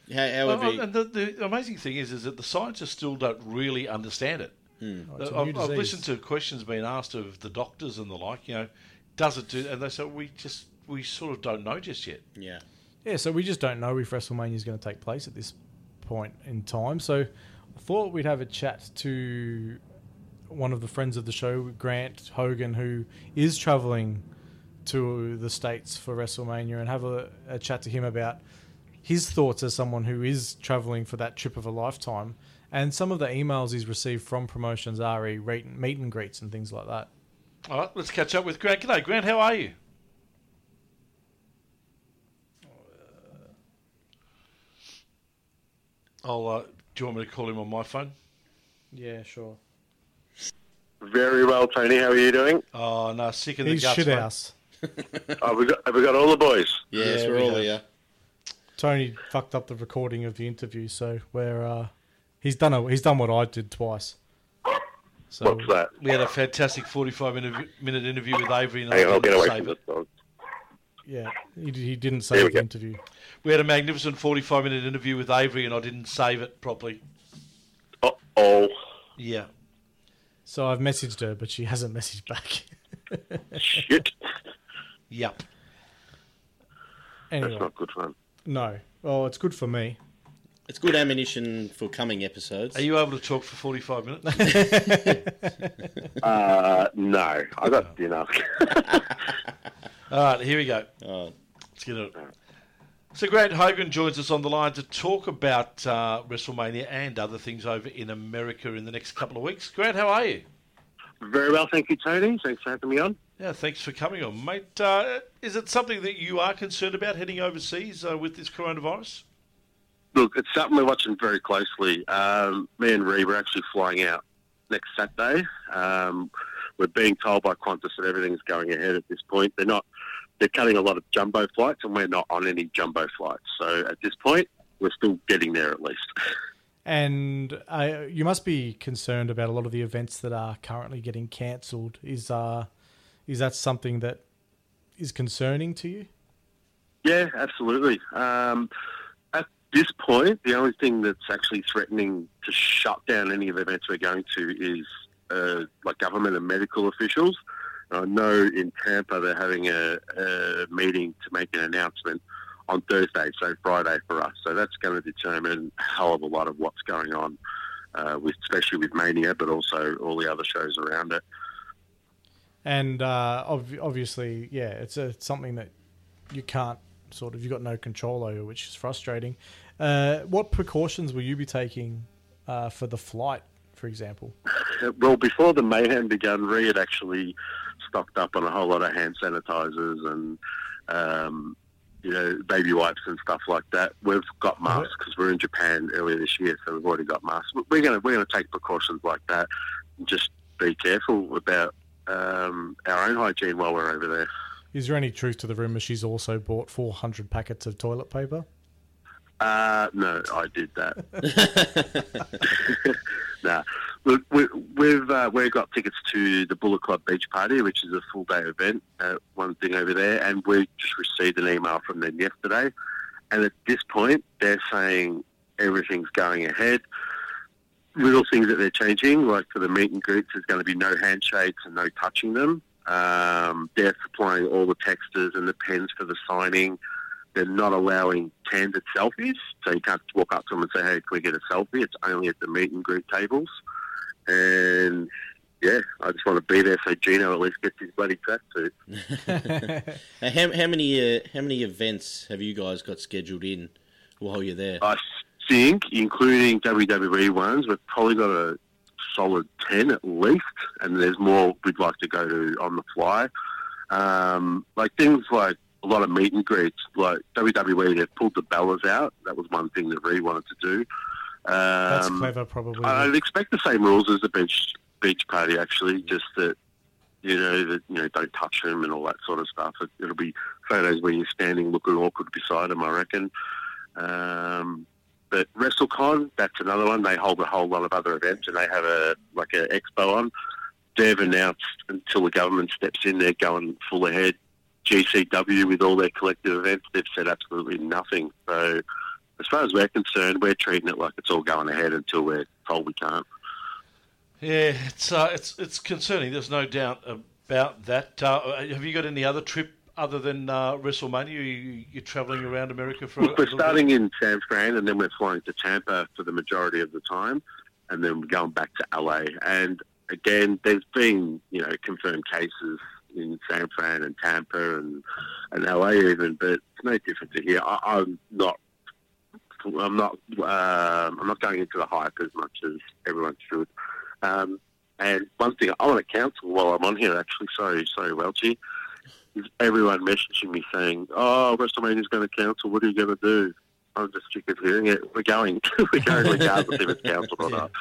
[SPEAKER 5] Well,
[SPEAKER 7] however.
[SPEAKER 6] Oh,
[SPEAKER 5] well, and the, the amazing thing is, is that the scientists still don't really understand it.
[SPEAKER 6] Oh, it's a
[SPEAKER 5] I've,
[SPEAKER 6] new
[SPEAKER 5] I've
[SPEAKER 6] disease.
[SPEAKER 5] listened to questions being asked of the doctors and the like. You know, does it do? And they say we just we sort of don't know just yet.
[SPEAKER 7] yeah.
[SPEAKER 6] Yeah, so we just don't know if WrestleMania is going to take place at this point in time. So I thought we'd have a chat to one of the friends of the show, Grant Hogan, who is traveling to the States for WrestleMania, and have a, a chat to him about his thoughts as someone who is traveling for that trip of a lifetime. And some of the emails he's received from promotions are a rate- meet and greets and things like that.
[SPEAKER 5] All right, let's catch up with Grant. G'day, Grant. How are you? I'll. Uh, do you want me to call him on my phone?
[SPEAKER 6] Yeah, sure.
[SPEAKER 8] Very well, Tony. How are you doing?
[SPEAKER 5] Oh no, sick in the
[SPEAKER 6] He's
[SPEAKER 5] guts.
[SPEAKER 6] shit
[SPEAKER 5] mate.
[SPEAKER 6] house.
[SPEAKER 8] Uh, we got, have we got all the boys?
[SPEAKER 7] Yes, we're
[SPEAKER 5] we
[SPEAKER 7] all
[SPEAKER 5] have.
[SPEAKER 7] here.
[SPEAKER 6] Tony fucked up the recording of the interview, so we're uh, he's done a, he's done what I did twice. So
[SPEAKER 8] What's that?
[SPEAKER 5] We had a fantastic forty-five minute, minute interview with Avery, and I
[SPEAKER 8] Hang on, I'll
[SPEAKER 5] didn't
[SPEAKER 8] get away
[SPEAKER 5] save
[SPEAKER 8] from this
[SPEAKER 5] it.
[SPEAKER 8] dog.
[SPEAKER 6] yeah, he, d- he didn't
[SPEAKER 8] There
[SPEAKER 6] save
[SPEAKER 8] we
[SPEAKER 6] the
[SPEAKER 8] go.
[SPEAKER 6] interview.
[SPEAKER 5] We had a magnificent forty-five minute interview with Avery, and I didn't save it properly.
[SPEAKER 8] Uh oh.
[SPEAKER 5] Yeah.
[SPEAKER 6] So I've messaged her, but she hasn't [laughs] messaged back.
[SPEAKER 8] Shit.
[SPEAKER 5] Yep.
[SPEAKER 8] That's
[SPEAKER 6] anyway,
[SPEAKER 8] not good fun.
[SPEAKER 6] no. Well, it's good for me.
[SPEAKER 7] It's good ammunition for coming episodes.
[SPEAKER 5] Are you able to talk for 45 minutes?
[SPEAKER 8] Uh, no. I got dinner. [laughs]
[SPEAKER 5] All right, here we go.
[SPEAKER 7] Oh.
[SPEAKER 5] Let's get it. So Grant Hogan joins us on the line to talk about uh, WrestleMania and other things over in America in the next couple of weeks. Grant, how are you?
[SPEAKER 9] Very well, thank you, Tony. Thanks for having me on.
[SPEAKER 5] Yeah, thanks for coming on, mate. Uh, is it something that you are concerned about heading overseas uh, with this coronavirus?
[SPEAKER 8] Look, it's something we're watching very closely. Um, me and Ree were actually flying out next Saturday. Um, we're being told by Qantas that everything's going ahead at this point. They're not. They're cutting a lot of jumbo flights, and we're not on any jumbo flights. So at this point, we're still getting there at least.
[SPEAKER 6] And uh, you must be concerned about a lot of the events that are currently getting cancelled. Is uh, is that something that is concerning to you?
[SPEAKER 8] Yeah, absolutely. Um, at this point, the only thing that's actually threatening to shut down any of the events we're going to is uh, like government and medical officials. I know in Tampa they're having a, a meeting to make an announcement on Thursday, so Friday for us. So that's going to determine a hell of a lot of what's going on, uh, with, especially with Mania, but also all the other shows around it.
[SPEAKER 6] And uh, ob- obviously, yeah, it's a, it's something that you can't sort of you've got no control over, which is frustrating. Uh, what precautions will you be taking uh, for the flight, for example?
[SPEAKER 8] [laughs] Well, before the mayhem began, Ree had actually stocked up on a whole lot of hand sanitizers and, um, you know, baby wipes and stuff like that. We've got masks because we we're in Japan earlier this year, so we've already got masks. But We're gonna we're gonna take precautions like that. And just be careful about um, our own hygiene while we're over there.
[SPEAKER 6] Is there any truth to the rumor she's also bought 400 packets of toilet paper?
[SPEAKER 8] Uh, no, I did that. [laughs] nah, look, we, we've uh, we've got tickets to the Bullet Club Beach Party, which is a full day event. Uh, one thing over there, and we just received an email from them yesterday, and at this point, they're saying everything's going ahead. Little things that they're changing, like for the meet and greets, there's going to be no handshakes and no touching them. Um, they're supplying all the texters and the pens for the signing they're not allowing candid selfies, so you can't walk up to them and say, "Hey, can we get a selfie?" It's only at the meet and greet tables, and yeah, I just want to be there so Gino at least gets his bloody tracksuit.
[SPEAKER 7] Now, how, how many uh, how many events have you guys got scheduled in while you're there? Uh,
[SPEAKER 8] I think, including WWE ones, we've probably got a solid ten at least, and there's more we'd like to go to on the fly. Um, like things like a lot of meet and greets, like WWE, they've pulled the Bellas out. That was one thing that Ree wanted to do. Um,
[SPEAKER 6] That's clever, probably.
[SPEAKER 8] I- I'd expect the same rules as the beach beach party. Actually, just that you know that you know don't touch them and all that sort of stuff. It, it'll be photos where you're standing looking awkward beside them. I reckon. Um, but WrestleCon, that's another one. They hold a whole lot of other events and they have a like an expo on. They've announced until the government steps in, they're going full ahead. GCW with all their collective events, they've said absolutely nothing. So as far as we're concerned, we're treating it like it's all going ahead until we're told we can't.
[SPEAKER 5] Yeah, it's uh, it's it's concerning. There's no doubt about that. Uh, have you got any other trip other than uh, WrestleMania? You, you're travelling around America for.
[SPEAKER 8] Look,
[SPEAKER 5] a
[SPEAKER 8] we're
[SPEAKER 5] little bit?
[SPEAKER 8] starting in San Fran, and then we're flying to Tampa for the majority of the time, and then we're going back to LA. And again, there's been you know confirmed cases in San Fran and Tampa and and LA even, but it's no different to here. I, I'm not. I'm not. Um, I'm not going into the hype as much as everyone should. Um, and one thing I want to counsel while I'm on here, actually, sorry, sorry, Welchie, is everyone messaging me saying, "Oh, WrestleMania's going to cancel. What are you going to do?" I'm just sick of hearing it. We're going. [laughs] We're going regardless if it's cancelled or not.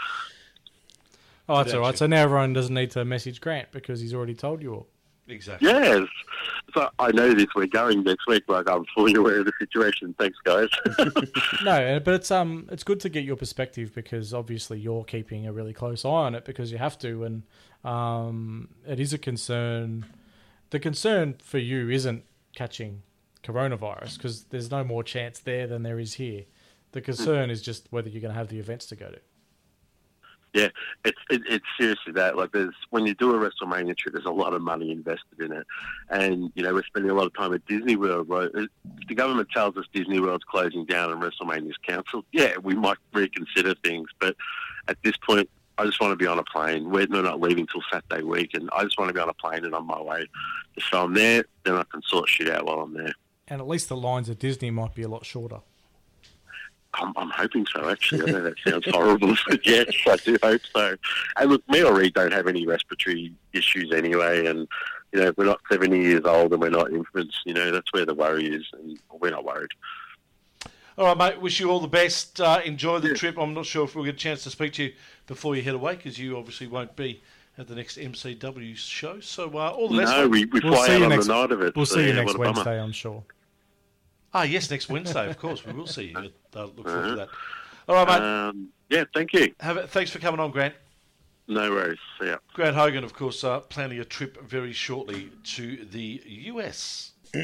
[SPEAKER 6] Oh, that's all right. So now everyone doesn't need to message Grant because he's already told you all.
[SPEAKER 5] Exactly.
[SPEAKER 8] Yes. So I know this. We're going next week. Like I'm fully aware of the situation. Thanks, guys. [laughs]
[SPEAKER 6] No, but it's um, it's good to get your perspective because obviously you're keeping a really close eye on it because you have to, and um, it is a concern. The concern for you isn't catching coronavirus because there's no more chance there than there is here.
[SPEAKER 3] Hmm.
[SPEAKER 6] The concern is just whether you're going to have the events to go to.
[SPEAKER 8] Yeah, it's it, it's seriously that. Like, there's when you do a WrestleMania trip, there's a lot of money invested in it, and you know we're spending a lot of time at Disney World. Right? If The government tells us Disney World's closing down and WrestleMania's cancelled. Yeah, we might reconsider things, but at this point, I just want to be on a plane. We're we're not leaving till Saturday week, and I just want to be on a plane and on my way. So I'm there, then I can sort shit out while I'm there.
[SPEAKER 6] and at least the lines at Disney might be a lot shorter.
[SPEAKER 3] I'm, I'm hoping so, actually. I know that sounds horrible, [laughs] but yes, I do hope so. And look, me or Reed don't have any respiratory issues anyway, and, you know, we're not 70 years old and we're not infants, you know, that's where the worry is, and we're not worried.
[SPEAKER 5] All right, mate. Wish you all the best. Uh, enjoy the trip. I'm not sure if we'll get a chance to speak to you before you head away because you obviously won't be at the next MCW show. So uh, all the best.
[SPEAKER 3] No,
[SPEAKER 5] mate.
[SPEAKER 3] we, we
[SPEAKER 6] We'll
[SPEAKER 3] fly
[SPEAKER 6] see
[SPEAKER 3] out
[SPEAKER 6] you
[SPEAKER 3] on
[SPEAKER 6] next.
[SPEAKER 3] the night of it.
[SPEAKER 6] we'll
[SPEAKER 3] so,
[SPEAKER 6] see you
[SPEAKER 3] yeah, what
[SPEAKER 6] next
[SPEAKER 3] a bummer.
[SPEAKER 6] Wednesday, I'm sure.
[SPEAKER 5] Ah, yes, next Wednesday, of course. We will see you. I look forward to that. All right,
[SPEAKER 8] Uh,
[SPEAKER 5] mate.
[SPEAKER 3] Um, yeah, thank you.
[SPEAKER 5] Have it. Thanks for coming on, Grant.
[SPEAKER 3] No worries. See ya.
[SPEAKER 5] Grant Hogan, of course, uh, planning a trip very shortly to the US. [clears throat]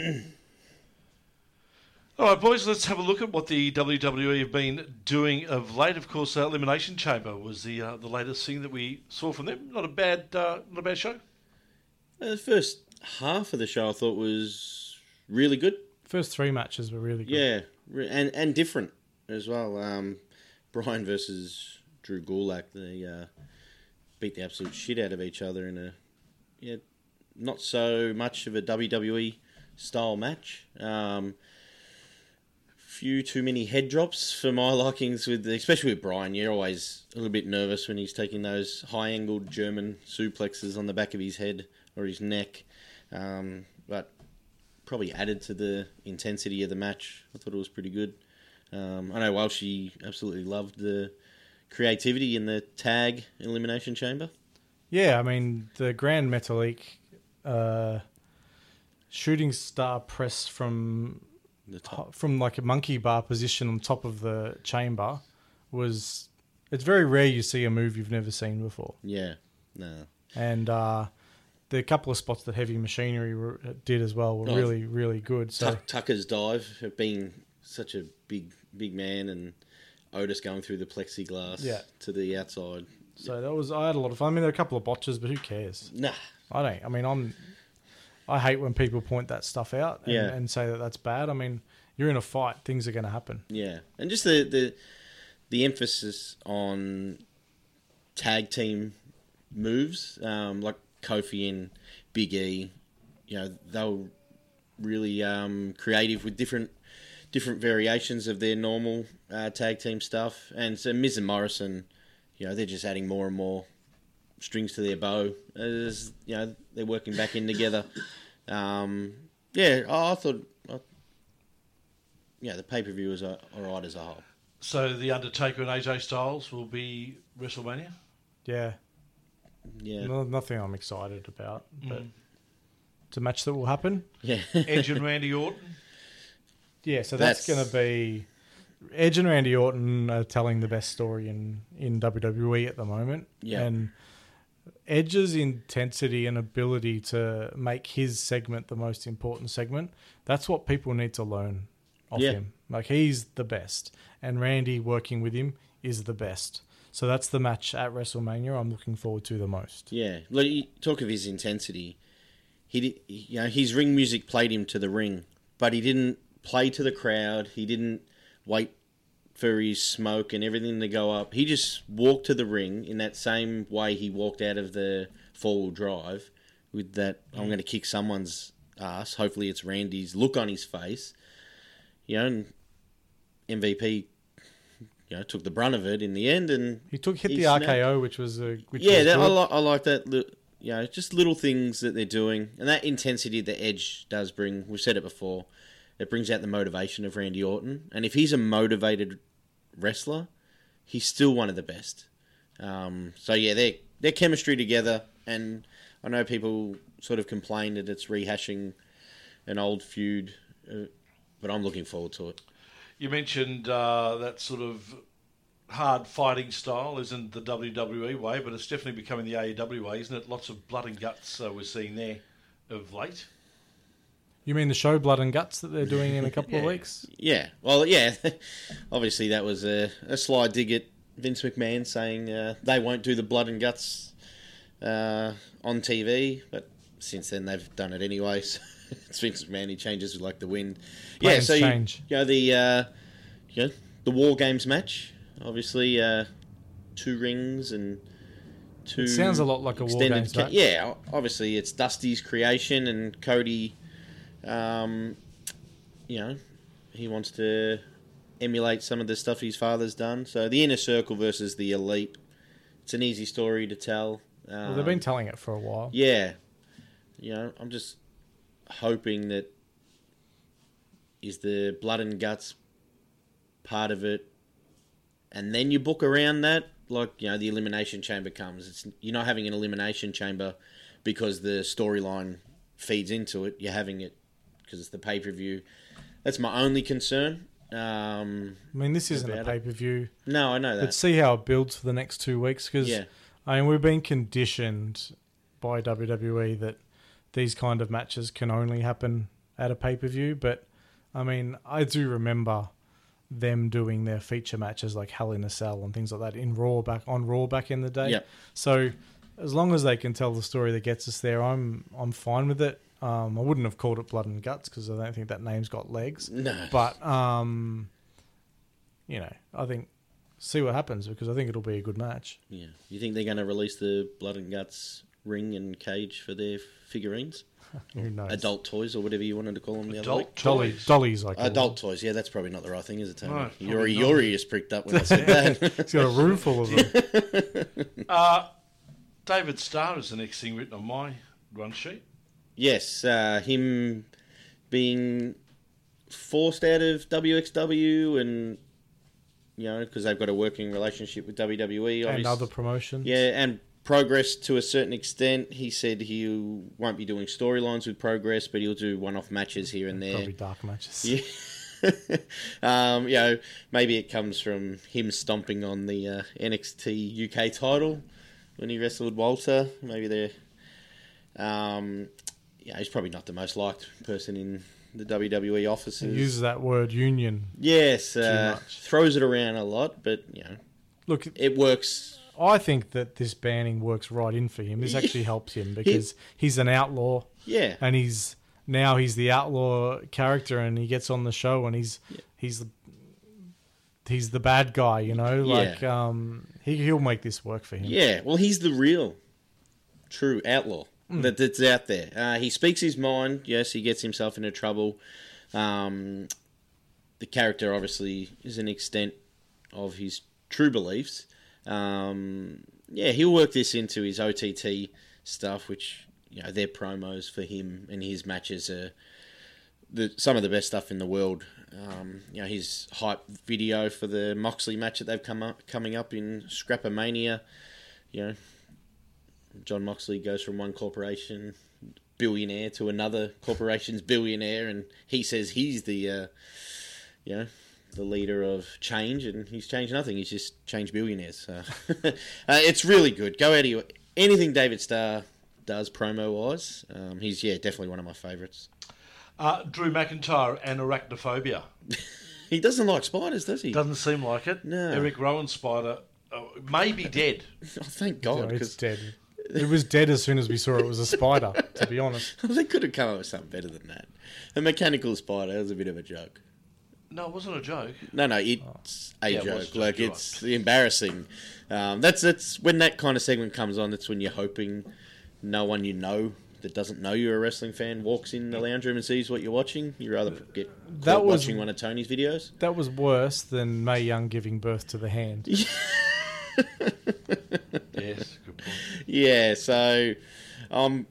[SPEAKER 5] All right, boys, let's have a look at what the WWE have been doing of late. Of course, uh, Elimination Chamber was the uh, the latest thing that we saw from them. Not a bad, uh, not a bad show.
[SPEAKER 7] Uh, the first half of the show I thought was really good.
[SPEAKER 6] First three matches were really good.
[SPEAKER 7] Yeah, re- and and different as well. Um, Brian versus Drew Gulak, they uh, beat the absolute shit out of each other in a yeah, not so much of a WWE style match. Um, few too many head drops for my [laughs] likings, with especially with Brian. You're always a little bit nervous when he's taking those high angled German suplexes on the back of his head or his neck. Um, but probably added to the intensity of the match. I thought it was pretty good. Um, I know Walshy absolutely loved the creativity in the tag elimination chamber.
[SPEAKER 6] Yeah, I mean the Grand Metalik uh, shooting star press from
[SPEAKER 7] The top.
[SPEAKER 6] from like a monkey bar position on top of the chamber was. It's very rare you see a move you've never seen before,
[SPEAKER 7] Yeah. No.
[SPEAKER 6] and uh, the couple of spots that Heavy Machinery were, did as well were
[SPEAKER 7] Oh.
[SPEAKER 6] really really good. So
[SPEAKER 7] [laughs] Tuck, Tucker's dive for being such a big, big man and Otis going through the plexiglass
[SPEAKER 6] Yeah.
[SPEAKER 7] to the outside.
[SPEAKER 6] so that was I had a lot of fun. I mean there were a couple of botches, but who cares?
[SPEAKER 7] Nah.
[SPEAKER 6] I don't. I mean, I'm. I hate when people point that stuff out and,
[SPEAKER 7] Yeah.
[SPEAKER 6] and say that that's bad. I mean, you're in a fight; things are going to happen.
[SPEAKER 7] Yeah. And just the, the, the emphasis on tag team moves, um, like Kofi and Big E, you know, they were really um, creative with different different variations of their normal uh, tag team stuff. And so Miz and Morrison, you know, they're just adding more and more strings to their bow as you know they're working back in together. Um, yeah, I, I thought, I, yeah, the pay per view was uh, all right as a whole.
[SPEAKER 5] So the Undertaker and AJ Styles will be WrestleMania.
[SPEAKER 6] Yeah,
[SPEAKER 7] Yeah, Mm.
[SPEAKER 6] No, nothing I'm excited about, but it's a match that will happen.
[SPEAKER 7] yeah,
[SPEAKER 5] Edge and Randy Orton.
[SPEAKER 6] Yeah, so that's,
[SPEAKER 7] That's-
[SPEAKER 6] going to be Edge and Randy Orton are telling the best story in in WWE at the moment.
[SPEAKER 7] Yeah.
[SPEAKER 6] and Edge's intensity and ability to make his segment the most important segment. That's what people need to learn off
[SPEAKER 7] Yeah.
[SPEAKER 6] him. Like he's the best, and Randy working with him is the best. So that's the match at WrestleMania I'm looking forward to the most.
[SPEAKER 7] [laughs] yeah. Look, you talk of his intensity. He, di- you know, his ring music played him to the ring, but he didn't play to the crowd. He didn't wait for his smoke and everything to go up. He just walked to the ring in that same way he walked out of the four wheel drive with that I'm going to kick someone's ass. Hopefully it's Randy's look on his face. You know, and MVP you know took the brunt of it in the end and
[SPEAKER 6] He took hit
[SPEAKER 7] he
[SPEAKER 6] the
[SPEAKER 7] snapped.
[SPEAKER 6] RKO, which was a which
[SPEAKER 7] yeah,
[SPEAKER 6] was
[SPEAKER 7] that, I,
[SPEAKER 6] good.
[SPEAKER 7] li- I like that. li- You know, just little things that they're doing, and that intensity that Edge does bring. We've said it before. It brings out the motivation of Randy Orton, and if he's a motivated wrestler, he's still one of the best. Um, so yeah, their their chemistry together, and I know people sort of complain that it's rehashing an old feud, uh, but I'm looking forward to it.
[SPEAKER 5] You mentioned uh, that sort of hard fighting style isn't the WWE way, but it's definitely becoming the AEW way, isn't it? Lots of blood and guts uh, we're seeing there of late.
[SPEAKER 6] You mean the show Blood and Guts that they're doing in a couple of weeks?
[SPEAKER 7] Yeah. Well, yeah. [laughs] Obviously, that was a, a sly dig at Vince McMahon saying uh, they won't do the blood and guts uh, on TV, but since then they've done it anyway. [laughs] So it's Vince McMahon. He changes like the wind. yeah.
[SPEAKER 6] Plans
[SPEAKER 7] So you,
[SPEAKER 6] change.
[SPEAKER 7] you know the uh, you know the War Games match. Obviously, uh, two rings and two.
[SPEAKER 6] It sounds a lot like a War
[SPEAKER 7] extended
[SPEAKER 6] Games
[SPEAKER 7] ca-
[SPEAKER 6] match.
[SPEAKER 7] Yeah. Obviously, it's Dusty's creation and Cody. Um, you know, he wants to emulate some of the stuff his father's done. So the inner circle versus the elite. It's an easy story to tell. Um,
[SPEAKER 6] Well, they've been telling it for a while.
[SPEAKER 7] yeah. You know, I'm just hoping that is the blood and guts part of it. And then you book around that, like, you know, the elimination chamber comes. It's you're not having an elimination chamber because the storyline feeds into it. You're having it because it's the pay-per-view. That's my only concern. Um,
[SPEAKER 6] I mean, this isn't a
[SPEAKER 7] About
[SPEAKER 6] pay
[SPEAKER 7] it.
[SPEAKER 6] per view.
[SPEAKER 7] no, I know that.
[SPEAKER 6] Let's see how it builds for the next two weeks because
[SPEAKER 7] Yeah.
[SPEAKER 6] I mean we've been conditioned by WWE that these kind of matches can only happen at a pay per view. But I mean, I do remember them doing their feature matches like Hell in a Cell and things like that in Raw back on Raw back in the day.
[SPEAKER 7] Yep.
[SPEAKER 6] So as long as they can tell the story that gets us there, I'm I'm fine with it. Um, I wouldn't have called it Blood and Guts because I don't think that name's got
[SPEAKER 7] [laughs]
[SPEAKER 6] legs.
[SPEAKER 7] No.
[SPEAKER 6] But um, you know, I think see what happens because I think it'll be a good match.
[SPEAKER 7] Yeah. You think they're going to release the blood and guts ring and cage for their figurines?
[SPEAKER 6] Who knows?
[SPEAKER 7] adult toys or whatever you wanted to call them the other week.
[SPEAKER 5] Adult
[SPEAKER 6] Dolly,
[SPEAKER 5] toys.
[SPEAKER 6] Dolly's like
[SPEAKER 7] Adult toys, yeah, that's probably not the right thing, is it, Tony?
[SPEAKER 5] No,
[SPEAKER 7] your,
[SPEAKER 5] probably
[SPEAKER 7] your ear is pricked up when I said that.
[SPEAKER 6] He's got a room full of them.
[SPEAKER 5] Uh, David Starr is the next thing written on my run sheet.
[SPEAKER 7] [laughs] yes, uh, him being forced out of WXW and, you know, because they've got a working relationship with WWE.
[SPEAKER 6] and
[SPEAKER 7] obvious-
[SPEAKER 6] other promotions.
[SPEAKER 7] Yeah, and Progress to a certain extent. He said he won't be doing storylines with Progress, but he'll do one off matches here and there.
[SPEAKER 6] Probably dark matches.
[SPEAKER 7] Yeah. [laughs] um, you know, maybe it comes from him stomping on the uh, NXT UK title when he wrestled Walter. Maybe they're. Um, yeah, he's probably not the most liked person in the WWE
[SPEAKER 6] He
[SPEAKER 7] offices.
[SPEAKER 6] uses that word union.
[SPEAKER 7] yes, uh,
[SPEAKER 6] much.
[SPEAKER 7] throws it around a lot, but you know,
[SPEAKER 6] Look,
[SPEAKER 7] it works.
[SPEAKER 6] I think that this banning works right in for him. This actually helps him because he's an outlaw.
[SPEAKER 7] Yeah,
[SPEAKER 6] and he's now he's the outlaw character and he gets on the show and he's he's the he's the bad guy you know like um he, he'll make this work for him
[SPEAKER 7] Yeah, well, he's the real, true outlaw
[SPEAKER 6] Hmm.
[SPEAKER 7] that, that's out there. Uh, he speaks his mind. Yes, he gets himself into trouble. Um, the character obviously is an extent of his true beliefs. Um, yeah, he'll work this into his OTT stuff, which you know their promos for him and his matches are the, some of the best stuff in the world. Um, you know his hype video for the Moxley match that they've come up coming up in Scrappermania. You know, John Moxley goes from one corporation billionaire to another corporation's billionaire, and he says he's the uh, you know the leader of change, and he's changed nothing. He's just changed billionaires. So. [laughs] uh, it's really good. Go out of your anything David Starr does promo wise. Um, he's yeah definitely one of my favourites.
[SPEAKER 5] Uh, Drew McIntyre and arachnophobia.
[SPEAKER 7] He doesn't like spiders, does he?
[SPEAKER 5] Doesn't seem like it.
[SPEAKER 7] No.
[SPEAKER 5] Eric Rowan spider uh, may be dead.
[SPEAKER 7] [laughs] Oh, thank
[SPEAKER 6] So
[SPEAKER 7] God,
[SPEAKER 6] it's
[SPEAKER 7] because
[SPEAKER 6] dead it was dead as soon as we saw it was a spider to be honest
[SPEAKER 7] [laughs] they could have come up with something better than that. A mechanical spider was a bit of a joke.
[SPEAKER 5] No, it wasn't a joke.
[SPEAKER 7] No, no, it's a
[SPEAKER 5] Oh. Yeah, it
[SPEAKER 7] joke.
[SPEAKER 5] was a joke,
[SPEAKER 7] like
[SPEAKER 5] you're
[SPEAKER 7] it's embarrassing. Um, that's that's when that kind of segment comes on. That's when you're hoping no one you know that doesn't know you're a wrestling fan walks in the lounge room and sees what you're watching. You rather get
[SPEAKER 6] That
[SPEAKER 7] caught
[SPEAKER 6] was-
[SPEAKER 7] watching one of Tony's videos.
[SPEAKER 6] that was worse than may young giving birth to the hand
[SPEAKER 5] Yes, good point.
[SPEAKER 7] Yeah, so um,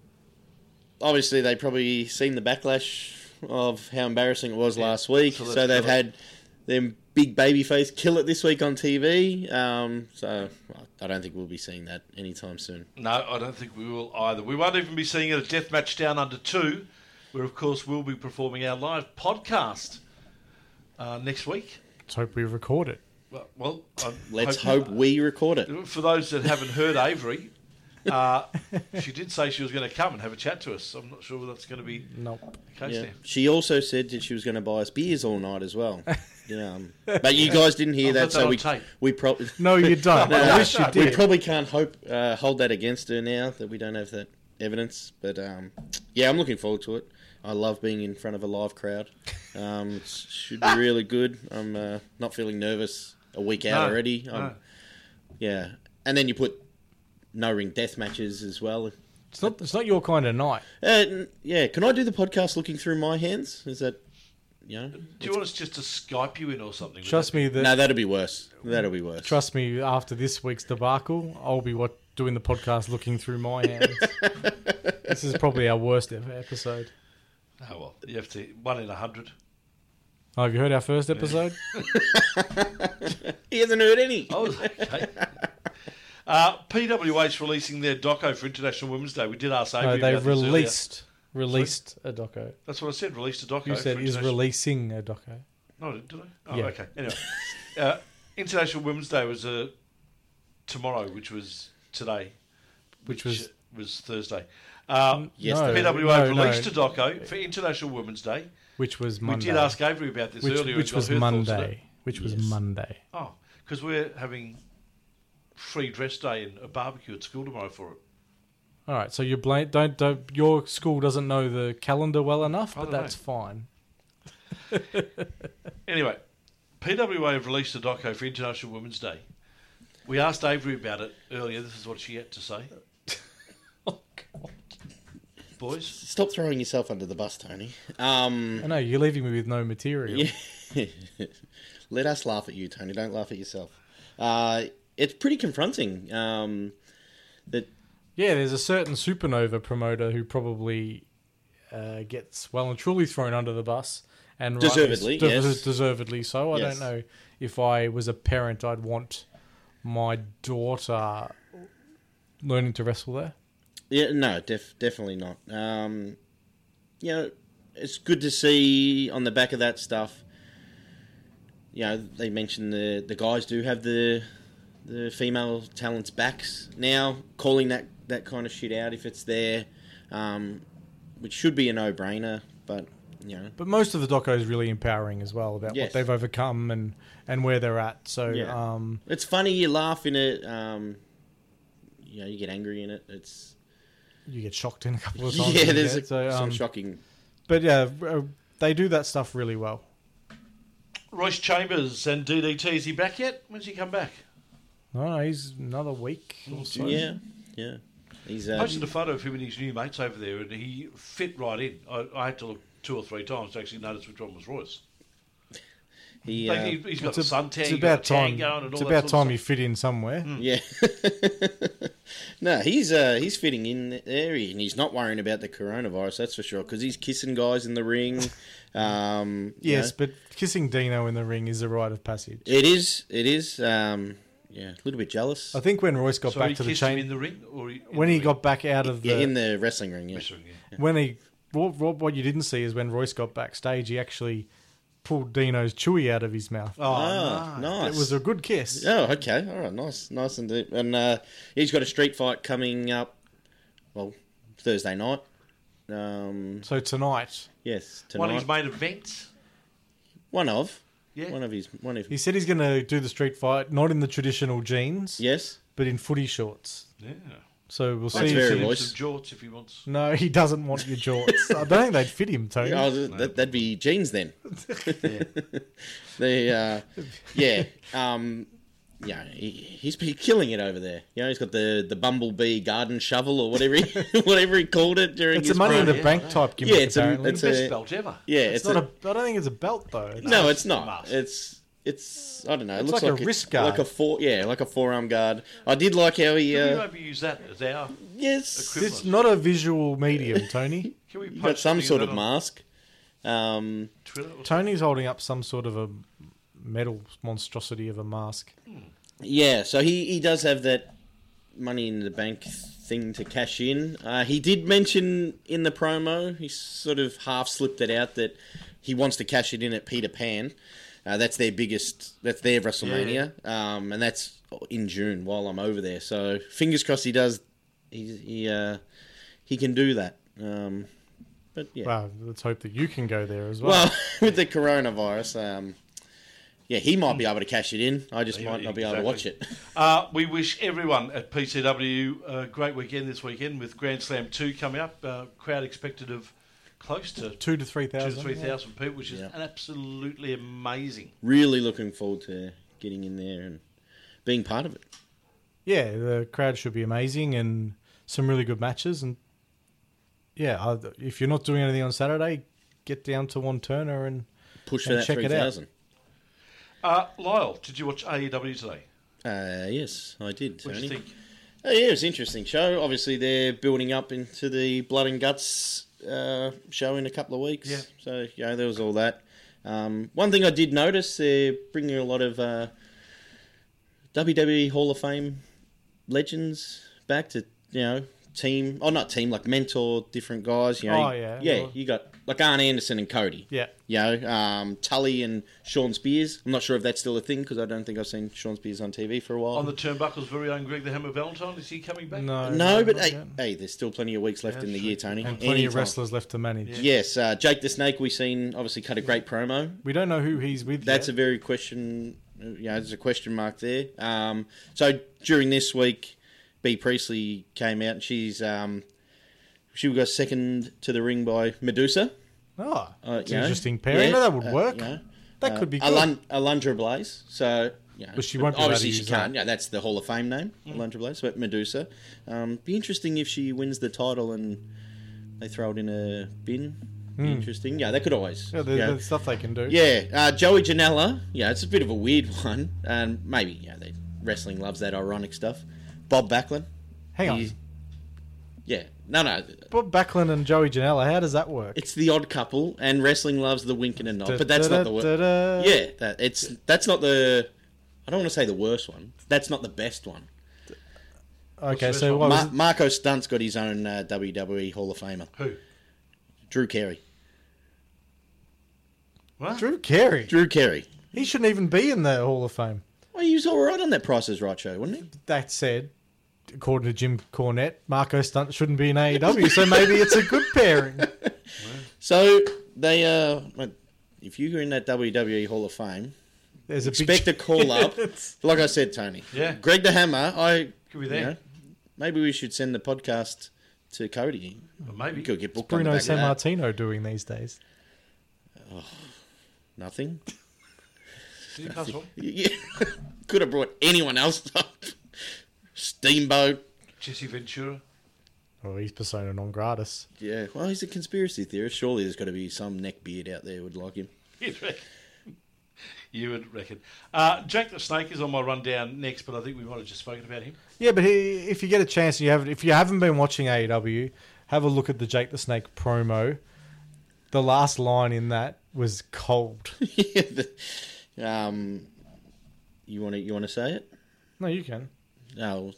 [SPEAKER 7] obviously they probably seen the backlash of how embarrassing it was last week.
[SPEAKER 5] so
[SPEAKER 7] So,
[SPEAKER 5] let's
[SPEAKER 7] they've
[SPEAKER 5] kill it.
[SPEAKER 7] had them big babyface kill it this week on TV. Um, so well, I don't think we'll be seeing that anytime soon.
[SPEAKER 5] No, I don't think we will either. We won't even be seeing it at Death Match Down Under 2, where, of course, we'll be performing our live podcast uh, next week.
[SPEAKER 6] let's hope we record it
[SPEAKER 5] Well, well I'm
[SPEAKER 7] Let's
[SPEAKER 5] hoping-
[SPEAKER 7] hope we record it.
[SPEAKER 5] For those that haven't heard Avery, uh, she did say she was going to come and have a chat to us. I'm not sure whether that's going to be
[SPEAKER 6] nope
[SPEAKER 5] the case
[SPEAKER 7] Yeah.
[SPEAKER 5] now.
[SPEAKER 7] She also said that she was going to buy us beers all night as well. Yeah, um, but you guys didn't hear
[SPEAKER 5] I've
[SPEAKER 7] that,
[SPEAKER 5] got that
[SPEAKER 7] so
[SPEAKER 5] on
[SPEAKER 7] we
[SPEAKER 5] tape.
[SPEAKER 7] we probably [laughs]
[SPEAKER 5] [laughs]
[SPEAKER 6] no you don't i
[SPEAKER 5] no,
[SPEAKER 6] wish you
[SPEAKER 5] no.
[SPEAKER 7] we
[SPEAKER 6] did
[SPEAKER 7] probably can't hope uh, hold that against her now that we don't have that evidence. But um, yeah, I'm looking forward to it. I love being in front of a live crowd. Um, it should be really good. I'm uh, not feeling nervous a week out
[SPEAKER 5] No,
[SPEAKER 7] already. I'm,
[SPEAKER 5] no.
[SPEAKER 7] Yeah, and then you put no ring death matches as well.
[SPEAKER 6] it's not it's not your kind of night
[SPEAKER 7] Uh, n- yeah, can I do the podcast looking through my hands? Is that you know.
[SPEAKER 5] Do you want us just to Skype you in or something? Would
[SPEAKER 6] Trust
[SPEAKER 5] that
[SPEAKER 6] me, that
[SPEAKER 7] No, that'll be worse. That'll be worse.
[SPEAKER 6] trust me. After this week's debacle, I'll be what doing the podcast looking through my
[SPEAKER 5] [laughs]
[SPEAKER 6] hands. this is probably our worst ever episode.
[SPEAKER 5] be- Oh well, you have to one in a hundred.
[SPEAKER 6] Oh, have you heard our first episode?
[SPEAKER 7] He hasn't heard any.
[SPEAKER 5] Oh, [laughs] okay. Uh, PWH releasing their doco for International Women's Day. We did ask Avery.
[SPEAKER 6] no, Uh, they
[SPEAKER 5] about this earlier.
[SPEAKER 6] released released a doco.
[SPEAKER 5] That's what I said. Released a doco.
[SPEAKER 6] You
[SPEAKER 5] for
[SPEAKER 6] said is
[SPEAKER 5] International-
[SPEAKER 6] releasing a doco.
[SPEAKER 5] No, did I? Oh,
[SPEAKER 6] Yeah. [laughs]
[SPEAKER 5] okay. Anyway, uh, International Women's Day was uh, tomorrow, which was today, which,
[SPEAKER 6] was- Mm,
[SPEAKER 5] was Thursday. Um,
[SPEAKER 7] Yes,
[SPEAKER 6] No,
[SPEAKER 7] they-
[SPEAKER 5] PWA
[SPEAKER 6] no, no.
[SPEAKER 5] released a doco for International Women's Day.
[SPEAKER 6] which was Monday.
[SPEAKER 5] We did ask Avery about this
[SPEAKER 6] which,
[SPEAKER 5] earlier.
[SPEAKER 6] which
[SPEAKER 5] and got
[SPEAKER 6] was
[SPEAKER 5] her thoughts on it.
[SPEAKER 6] Monday. Which was Monday.
[SPEAKER 5] Oh, because we're having free dress day and a barbecue at school tomorrow for it.
[SPEAKER 6] All right, so you blame don't don't your school doesn't know the calendar well enough, but
[SPEAKER 5] don't know.
[SPEAKER 6] that's fine. [laughs]
[SPEAKER 5] Anyway, PWA have released a doco for International Women's Day. We asked Avery about it earlier. This is what she had to say. Boys,
[SPEAKER 7] Stop throwing yourself under the bus, Tony. Um, [laughs]
[SPEAKER 6] I know you're leaving me with no material.
[SPEAKER 7] let us laugh at you, Tony. Don't laugh at yourself. Uh, it's pretty confronting. Um, that
[SPEAKER 6] Yeah, there's a certain supernova promoter who probably uh, gets well and truly thrown under the bus, and rightly-
[SPEAKER 7] Deservedly,
[SPEAKER 6] des-
[SPEAKER 7] yes.
[SPEAKER 6] deservedly so. I
[SPEAKER 7] Yes.
[SPEAKER 6] don't know if I was a parent, I'd want my daughter learning to wrestle there.
[SPEAKER 7] Yeah, no, def- definitely not. Um, you know, it's good to see on the back of that stuff. You know, they mentioned the the guys do have the the female talents backs now. Calling that that kind of shit out if it's there, um, which should be a no brainer. But you know,
[SPEAKER 6] But most of the doco is really empowering as well about
[SPEAKER 7] Yes.
[SPEAKER 6] what they've overcome and and where they're at. So
[SPEAKER 7] Yeah.
[SPEAKER 6] um,
[SPEAKER 7] it's funny you laugh in it. Um, you know, you get angry in it. It's
[SPEAKER 6] you get shocked in a couple of times.
[SPEAKER 7] [laughs] yeah, there's
[SPEAKER 6] Yeah,
[SPEAKER 7] a,
[SPEAKER 6] so,
[SPEAKER 7] some
[SPEAKER 6] um,
[SPEAKER 7] shocking.
[SPEAKER 6] But yeah, uh, they do that stuff really well.
[SPEAKER 5] Royce Chambers and DDT, is he back yet? When's he come back?
[SPEAKER 6] No, no, he's another week.
[SPEAKER 5] Mm.
[SPEAKER 6] Or so.
[SPEAKER 7] Yeah, yeah. He's
[SPEAKER 5] I
[SPEAKER 7] um,
[SPEAKER 5] posted a photo of him and his new mates over there, and he fit right in. I, I had to look two or three times to actually notice which one was Royce.
[SPEAKER 7] he,
[SPEAKER 5] Like,
[SPEAKER 7] uh,
[SPEAKER 5] he, has got
[SPEAKER 6] It's, a,
[SPEAKER 5] suntan,
[SPEAKER 6] it's
[SPEAKER 5] he's got
[SPEAKER 6] about
[SPEAKER 5] a tan
[SPEAKER 6] time.
[SPEAKER 5] going, and all
[SPEAKER 6] It's
[SPEAKER 5] that
[SPEAKER 6] about
[SPEAKER 5] sort
[SPEAKER 6] time you
[SPEAKER 5] of stuff. Mm.
[SPEAKER 6] fit in somewhere.
[SPEAKER 7] [laughs] Yeah. no, he's uh, he's fitting in there, and he's not worrying about the coronavirus. That's for sure, because he's kissing guys in
[SPEAKER 6] [laughs]
[SPEAKER 7] the ring. Um, you
[SPEAKER 6] Yes,
[SPEAKER 7] know.
[SPEAKER 6] but kissing Dino in the ring is a rite of passage.
[SPEAKER 7] it is. It is. Um, yeah, a little bit jealous.
[SPEAKER 6] I think when Royce got
[SPEAKER 5] So
[SPEAKER 6] back
[SPEAKER 5] he
[SPEAKER 6] to the
[SPEAKER 5] kissed him in
[SPEAKER 6] chain,
[SPEAKER 5] the ring, or he, in
[SPEAKER 6] when
[SPEAKER 5] the
[SPEAKER 6] he
[SPEAKER 5] ring?
[SPEAKER 6] got back out of the,
[SPEAKER 7] yeah, in the wrestling ring. Yeah.
[SPEAKER 5] Yes, ring, yeah.
[SPEAKER 6] [laughs] when he what, what, what you didn't see is when Royce got backstage, he actually pulled Dino's chewy out of his mouth.
[SPEAKER 5] Oh,
[SPEAKER 7] Ah, nice.
[SPEAKER 6] It was a good kiss.
[SPEAKER 7] Oh, okay. All right. Nice. Nice indeed. And uh, he's got a street fight coming up. Well, Thursday night. Um,
[SPEAKER 6] So tonight,
[SPEAKER 7] yes, tonight.
[SPEAKER 5] One of his main events.
[SPEAKER 7] One of.
[SPEAKER 5] Yeah.
[SPEAKER 7] One of his. One of.
[SPEAKER 6] he said he's going to do the street fight, not in the traditional jeans,
[SPEAKER 7] Yes.
[SPEAKER 6] but in footy shorts.
[SPEAKER 5] Yeah.
[SPEAKER 6] So we'll
[SPEAKER 7] That's
[SPEAKER 6] see.
[SPEAKER 7] very
[SPEAKER 5] Send him
[SPEAKER 7] Royce.
[SPEAKER 5] some jorts if he wants.
[SPEAKER 6] No, [laughs] he doesn't want your jorts. I don't think they'd fit him, Tony.
[SPEAKER 7] Oh, th- that, that'd be jeans then.
[SPEAKER 6] [laughs]
[SPEAKER 7] the uh, yeah, um, yeah, he, he's been killing it over there. You know, he's got the, the bumblebee garden shovel or whatever
[SPEAKER 6] [laughs]
[SPEAKER 7] he, [laughs] whatever he called it during
[SPEAKER 6] it's a
[SPEAKER 7] his
[SPEAKER 6] money in
[SPEAKER 7] prime.
[SPEAKER 6] the bank type gimmick.
[SPEAKER 7] Yeah, it's a-
[SPEAKER 6] apparently.
[SPEAKER 7] it's
[SPEAKER 5] the best
[SPEAKER 7] a-
[SPEAKER 5] belt ever.
[SPEAKER 7] yeah,
[SPEAKER 6] It's
[SPEAKER 7] it's,
[SPEAKER 6] not
[SPEAKER 7] a,
[SPEAKER 6] a. I don't think it's a belt though.
[SPEAKER 7] no, it's not.
[SPEAKER 5] must.
[SPEAKER 7] It's it's I don't know. It looks
[SPEAKER 6] like
[SPEAKER 7] like,
[SPEAKER 6] a wrist guard.
[SPEAKER 7] like a four yeah, like a forearm guard. I did like how he
[SPEAKER 5] Can we
[SPEAKER 7] uh,
[SPEAKER 5] maybe use that as our?
[SPEAKER 7] yes,
[SPEAKER 5] equivalent?
[SPEAKER 6] It's not a visual medium, Tony.
[SPEAKER 5] Can we
[SPEAKER 7] he's
[SPEAKER 5] post
[SPEAKER 7] got some
[SPEAKER 5] something
[SPEAKER 7] sort of
[SPEAKER 5] that on
[SPEAKER 7] mask. Um,
[SPEAKER 5] Twitter or
[SPEAKER 6] Tony's holding up some sort of a metal monstrosity of a mask.
[SPEAKER 7] Yeah, so he, he does have that money in the bank thing to cash in. Uh, he did mention in the promo, he sort of half slipped it out that he wants to cash it in at Peter Pan. Uh, that's their biggest, that's their WrestleMania, um, and that's in June while I'm over there. So fingers crossed he does, he he uh, he can do that. Um, but yeah,
[SPEAKER 6] Well, Uh, let's hope that you can go there as well.
[SPEAKER 7] well, [laughs] with the coronavirus, um, yeah, he might be able to cash it in. I just
[SPEAKER 5] Yeah,
[SPEAKER 7] might not be able to
[SPEAKER 5] exactly.
[SPEAKER 7] watch it.
[SPEAKER 5] Uh, we wish everyone at PCW a uh, great weekend this weekend with Grand Slam 2 coming up. Uh, crowd expected of close to two
[SPEAKER 6] two to three
[SPEAKER 5] to
[SPEAKER 6] thousand.
[SPEAKER 5] 3,000 people, which is
[SPEAKER 7] Yeah.
[SPEAKER 5] absolutely amazing.
[SPEAKER 7] really looking forward to getting in there and being part of it.
[SPEAKER 6] Yeah, the crowd should be amazing and some really good matches. And yeah, I- if you're not doing anything on Saturday, get down to one Turner and
[SPEAKER 7] push for
[SPEAKER 6] And
[SPEAKER 7] that
[SPEAKER 6] check it out.
[SPEAKER 7] 3000.
[SPEAKER 5] Uh, Lyle, did you watch AEW today?
[SPEAKER 7] Uh, yes, I did.
[SPEAKER 5] What
[SPEAKER 7] Tony.
[SPEAKER 5] do you think?
[SPEAKER 7] Uh, yeah, it was an interesting show. Obviously, they're building up into the Blood and Guts uh, show in a couple of weeks.
[SPEAKER 5] Yeah.
[SPEAKER 7] So, you know, there was all that. Um, one thing I did notice, they're bringing a lot of uh, WWE Hall of Fame legends back to, you know, team, or not team, like mentor different guys. You know,
[SPEAKER 6] Oh, yeah.
[SPEAKER 7] Yeah, you got, like Arn Anderson and Cody.
[SPEAKER 6] Yeah.
[SPEAKER 7] You know, um, Tully and Sean Spears. I'm not sure if that's still a thing because I don't think I've seen Sean Spears on TV for a while.
[SPEAKER 5] On the turnbuckle's very own Greg the Hammer Valentine, is he coming back?
[SPEAKER 6] No,
[SPEAKER 7] No, but
[SPEAKER 6] not
[SPEAKER 7] hey,
[SPEAKER 6] yet.
[SPEAKER 7] hey, there's still plenty of weeks left
[SPEAKER 5] Yeah,
[SPEAKER 7] in the
[SPEAKER 5] sure.
[SPEAKER 7] year, Tony.
[SPEAKER 6] and plenty of
[SPEAKER 7] Anytime.
[SPEAKER 6] wrestlers left to manage.
[SPEAKER 7] Yes, uh, Jake the Snake. We've seen obviously cut a great promo.
[SPEAKER 6] We don't know who he's with.
[SPEAKER 7] That's a
[SPEAKER 6] yet.
[SPEAKER 7] very question. You know, there's a question mark there. Um, so during this week, B Priestley came out and she's um, she got second to the ring by Medusa.
[SPEAKER 6] oh,
[SPEAKER 7] Uh,
[SPEAKER 6] it's
[SPEAKER 7] you
[SPEAKER 6] an
[SPEAKER 7] know,
[SPEAKER 6] interesting pairing.
[SPEAKER 7] yeah,
[SPEAKER 6] No, that would
[SPEAKER 7] uh,
[SPEAKER 6] work.
[SPEAKER 7] you know,
[SPEAKER 6] that
[SPEAKER 7] uh,
[SPEAKER 6] could be good.
[SPEAKER 7] Alun- Alundra Blaze. So, you know,
[SPEAKER 6] But she won't be allowed
[SPEAKER 7] obviously
[SPEAKER 6] to
[SPEAKER 7] she
[SPEAKER 6] use Mm.
[SPEAKER 7] can't. Yeah, that's the Hall of Fame name, Alundra Blaze. But Medusa, um, be interesting if she wins the title and they throw it in a bin. Be Interesting. Yeah, that could always.
[SPEAKER 6] Hmm. yeah, there's,
[SPEAKER 7] yeah.
[SPEAKER 6] there's stuff they can do.
[SPEAKER 7] Yeah, uh, Joey Janela. Yeah, it's a bit of a weird [laughs] one, and maybe yeah, they, wrestling loves that ironic stuff. Bob Backlund.
[SPEAKER 6] Hang on,
[SPEAKER 7] He's- Yeah, no, no,
[SPEAKER 6] Bob Backlund and Joey Janela. How does that work?
[SPEAKER 7] it's the odd couple, and wrestling loves the wink and a nod, but that's not the word. Yeah, that it's that's not the. I don't want to say the worst one. That's not the best one.
[SPEAKER 6] Okay,
[SPEAKER 5] What's the
[SPEAKER 6] so
[SPEAKER 5] best
[SPEAKER 6] what was
[SPEAKER 7] Ma- Marco Stunt's got his own uh, WWE Hall of Famer,
[SPEAKER 5] Who?
[SPEAKER 7] Drew Carey.
[SPEAKER 5] What?
[SPEAKER 6] it? Drew Carey.
[SPEAKER 7] Drew Carey.
[SPEAKER 6] He shouldn't even be in the Hall of Fame.
[SPEAKER 7] Well, he was all right on that Price is Right show, wasn't he?
[SPEAKER 6] That said, according to Jim Cornette, Marco Stunt shouldn't be in AEW, so maybe it's a good pairing.
[SPEAKER 7] So they uh, if you were in that WWE Hall of Fame,
[SPEAKER 6] There's a
[SPEAKER 7] expect a
[SPEAKER 5] [laughs]
[SPEAKER 6] big
[SPEAKER 7] call up.
[SPEAKER 6] It's-
[SPEAKER 7] Like I said, Tony.
[SPEAKER 5] Yeah.
[SPEAKER 7] Greg the Hammer. I
[SPEAKER 5] Could be there.
[SPEAKER 7] you know, maybe we should send the podcast to Cody.
[SPEAKER 5] Well,
[SPEAKER 7] We
[SPEAKER 5] maybe.
[SPEAKER 7] could get booked on
[SPEAKER 6] Bruno
[SPEAKER 7] the back of
[SPEAKER 6] San
[SPEAKER 7] that.
[SPEAKER 6] Martino doing these days.
[SPEAKER 7] Nothing. [laughs]
[SPEAKER 5] Did he pass on?
[SPEAKER 7] Yeah. could have brought anyone else up. Steamboat.
[SPEAKER 5] Jesse Ventura. [laughs]
[SPEAKER 6] Oh, he's persona non gratis.
[SPEAKER 7] Yeah, well, he's a conspiracy theorist. Surely there's got to be some neckbeard out there who would like him. [laughs]
[SPEAKER 5] You'd reckon. [laughs] You would reckon. Uh, Jack the Snake is on my rundown next, but I think we might have just spoken about him.
[SPEAKER 6] Yeah, but he, if you get a chance, and you haven't. If you haven't been watching AEW, have a look at the Jake the Snake promo. The last line in that was cold.
[SPEAKER 7] um, you want to you want to say it?
[SPEAKER 6] [laughs] no, you can.
[SPEAKER 7] No,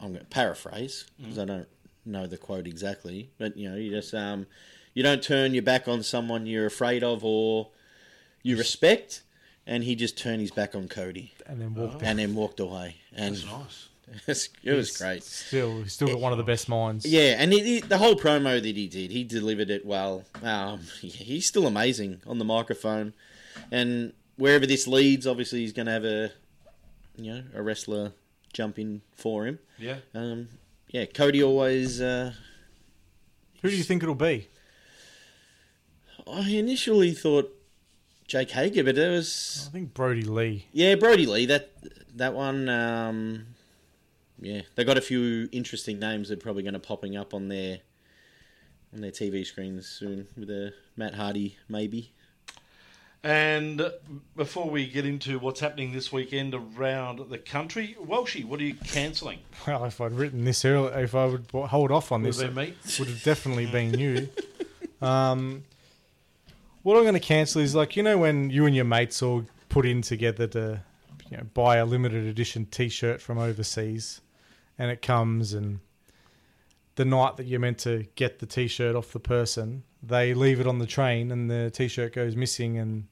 [SPEAKER 7] I'm going to paraphrase because I don't know the quote exactly. But you know, you just um, you don't turn your back on someone you're afraid of or you respect, and he just turned his back on Cody
[SPEAKER 6] And then walked out.
[SPEAKER 7] and then walked away. And
[SPEAKER 5] That's nice.
[SPEAKER 7] Oh. [laughs] it was great.
[SPEAKER 6] Still, he's still got one of the best minds.
[SPEAKER 7] Yeah, and he, he- the whole promo that he did, he delivered it well. Um, [laughs] he's still amazing on the microphone, and wherever this leads, obviously he's going to have a, you know, a wrestler jump in for him.
[SPEAKER 5] Yeah.
[SPEAKER 7] Um, yeah, Cody always. Uh,
[SPEAKER 6] Who do you think it'll be?
[SPEAKER 7] I initially thought Jake Hager, but there was
[SPEAKER 6] I think Brody Lee.
[SPEAKER 7] yeah Brody Lee. That that one. Um, yeah, they got a few interesting names that are probably going to popping up on their on their TV screens soon with a Matt Hardy maybe.
[SPEAKER 5] And before we get into what's happening this weekend around the country, Welshie, what are you cancelling?
[SPEAKER 6] Well, if I'd written this earlier, if I would bo- hold off on
[SPEAKER 5] Would
[SPEAKER 6] this,
[SPEAKER 5] it be me?
[SPEAKER 6] would have definitely been you. Um, what I'm going to cancel is like you know when you and your mates all put in together to you know, buy a limited edition T-shirt from overseas, and it comes and the night that you're meant to get the T-shirt off the person, they leave it on the train and the T-shirt goes missing and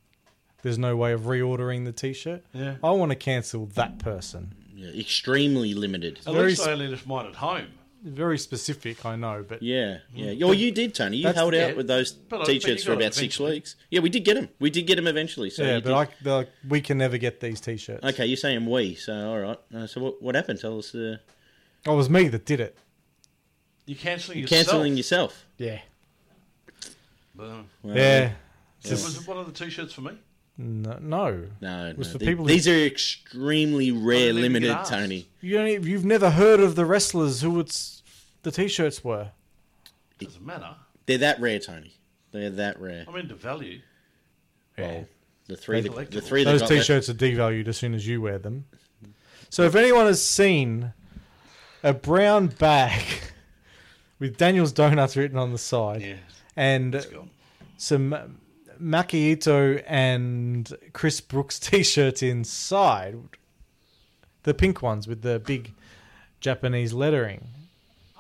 [SPEAKER 6] there's no way of reordering the T-shirt.
[SPEAKER 5] Yeah.
[SPEAKER 6] I want to cancel that person.
[SPEAKER 7] Yeah, extremely limited.
[SPEAKER 5] At
[SPEAKER 6] Very
[SPEAKER 5] least
[SPEAKER 6] sp-
[SPEAKER 5] I only left mine at home.
[SPEAKER 6] Very specific, I know, but
[SPEAKER 7] Yeah, yeah. Well, you did, Tony. You
[SPEAKER 6] That's-
[SPEAKER 7] held
[SPEAKER 5] yeah.
[SPEAKER 7] out with those
[SPEAKER 5] Mm-hmm. But I- but you
[SPEAKER 7] t-shirts for
[SPEAKER 5] got 'em
[SPEAKER 7] about six
[SPEAKER 5] eventually.
[SPEAKER 7] weeks. Yeah, we did get them. We did get them eventually. So
[SPEAKER 6] yeah,
[SPEAKER 7] you
[SPEAKER 6] but
[SPEAKER 7] did-
[SPEAKER 6] I, the, we can never get these T-shirts.
[SPEAKER 7] okay, you're saying we. So all right. Uh, so what what happened? Tell us. Uh,
[SPEAKER 6] Oh, it was me that did it.
[SPEAKER 5] You're cancelling yourself.
[SPEAKER 7] canceling yourself.
[SPEAKER 6] Yeah.
[SPEAKER 5] Well,
[SPEAKER 7] Well,
[SPEAKER 6] Yeah.
[SPEAKER 5] was it one of the t-shirts for me?
[SPEAKER 6] No. no.
[SPEAKER 7] No, no.
[SPEAKER 6] was for
[SPEAKER 7] the-
[SPEAKER 6] people who-
[SPEAKER 7] these are extremely rare,
[SPEAKER 5] didn't even
[SPEAKER 7] limited,
[SPEAKER 5] get asked.
[SPEAKER 7] Tony.
[SPEAKER 6] You only, you've never heard of the wrestlers who it's the T-shirts were.
[SPEAKER 5] Doesn't matter.
[SPEAKER 7] They're that rare, Tony. They're that rare.
[SPEAKER 5] I'm into value.
[SPEAKER 6] Yeah.
[SPEAKER 7] The three,
[SPEAKER 5] They're
[SPEAKER 7] that, the
[SPEAKER 5] collectible.
[SPEAKER 7] three that
[SPEAKER 6] Those
[SPEAKER 7] got that-
[SPEAKER 6] t-shirts are devalued as soon as you wear them. So if anyone has seen a brown bag [laughs] with Daniel's Donuts written on the side
[SPEAKER 5] Yeah.
[SPEAKER 6] and
[SPEAKER 5] gone.
[SPEAKER 6] some Makiito and Chris Brooks [laughs] t-shirts inside, the pink ones with the big Japanese lettering,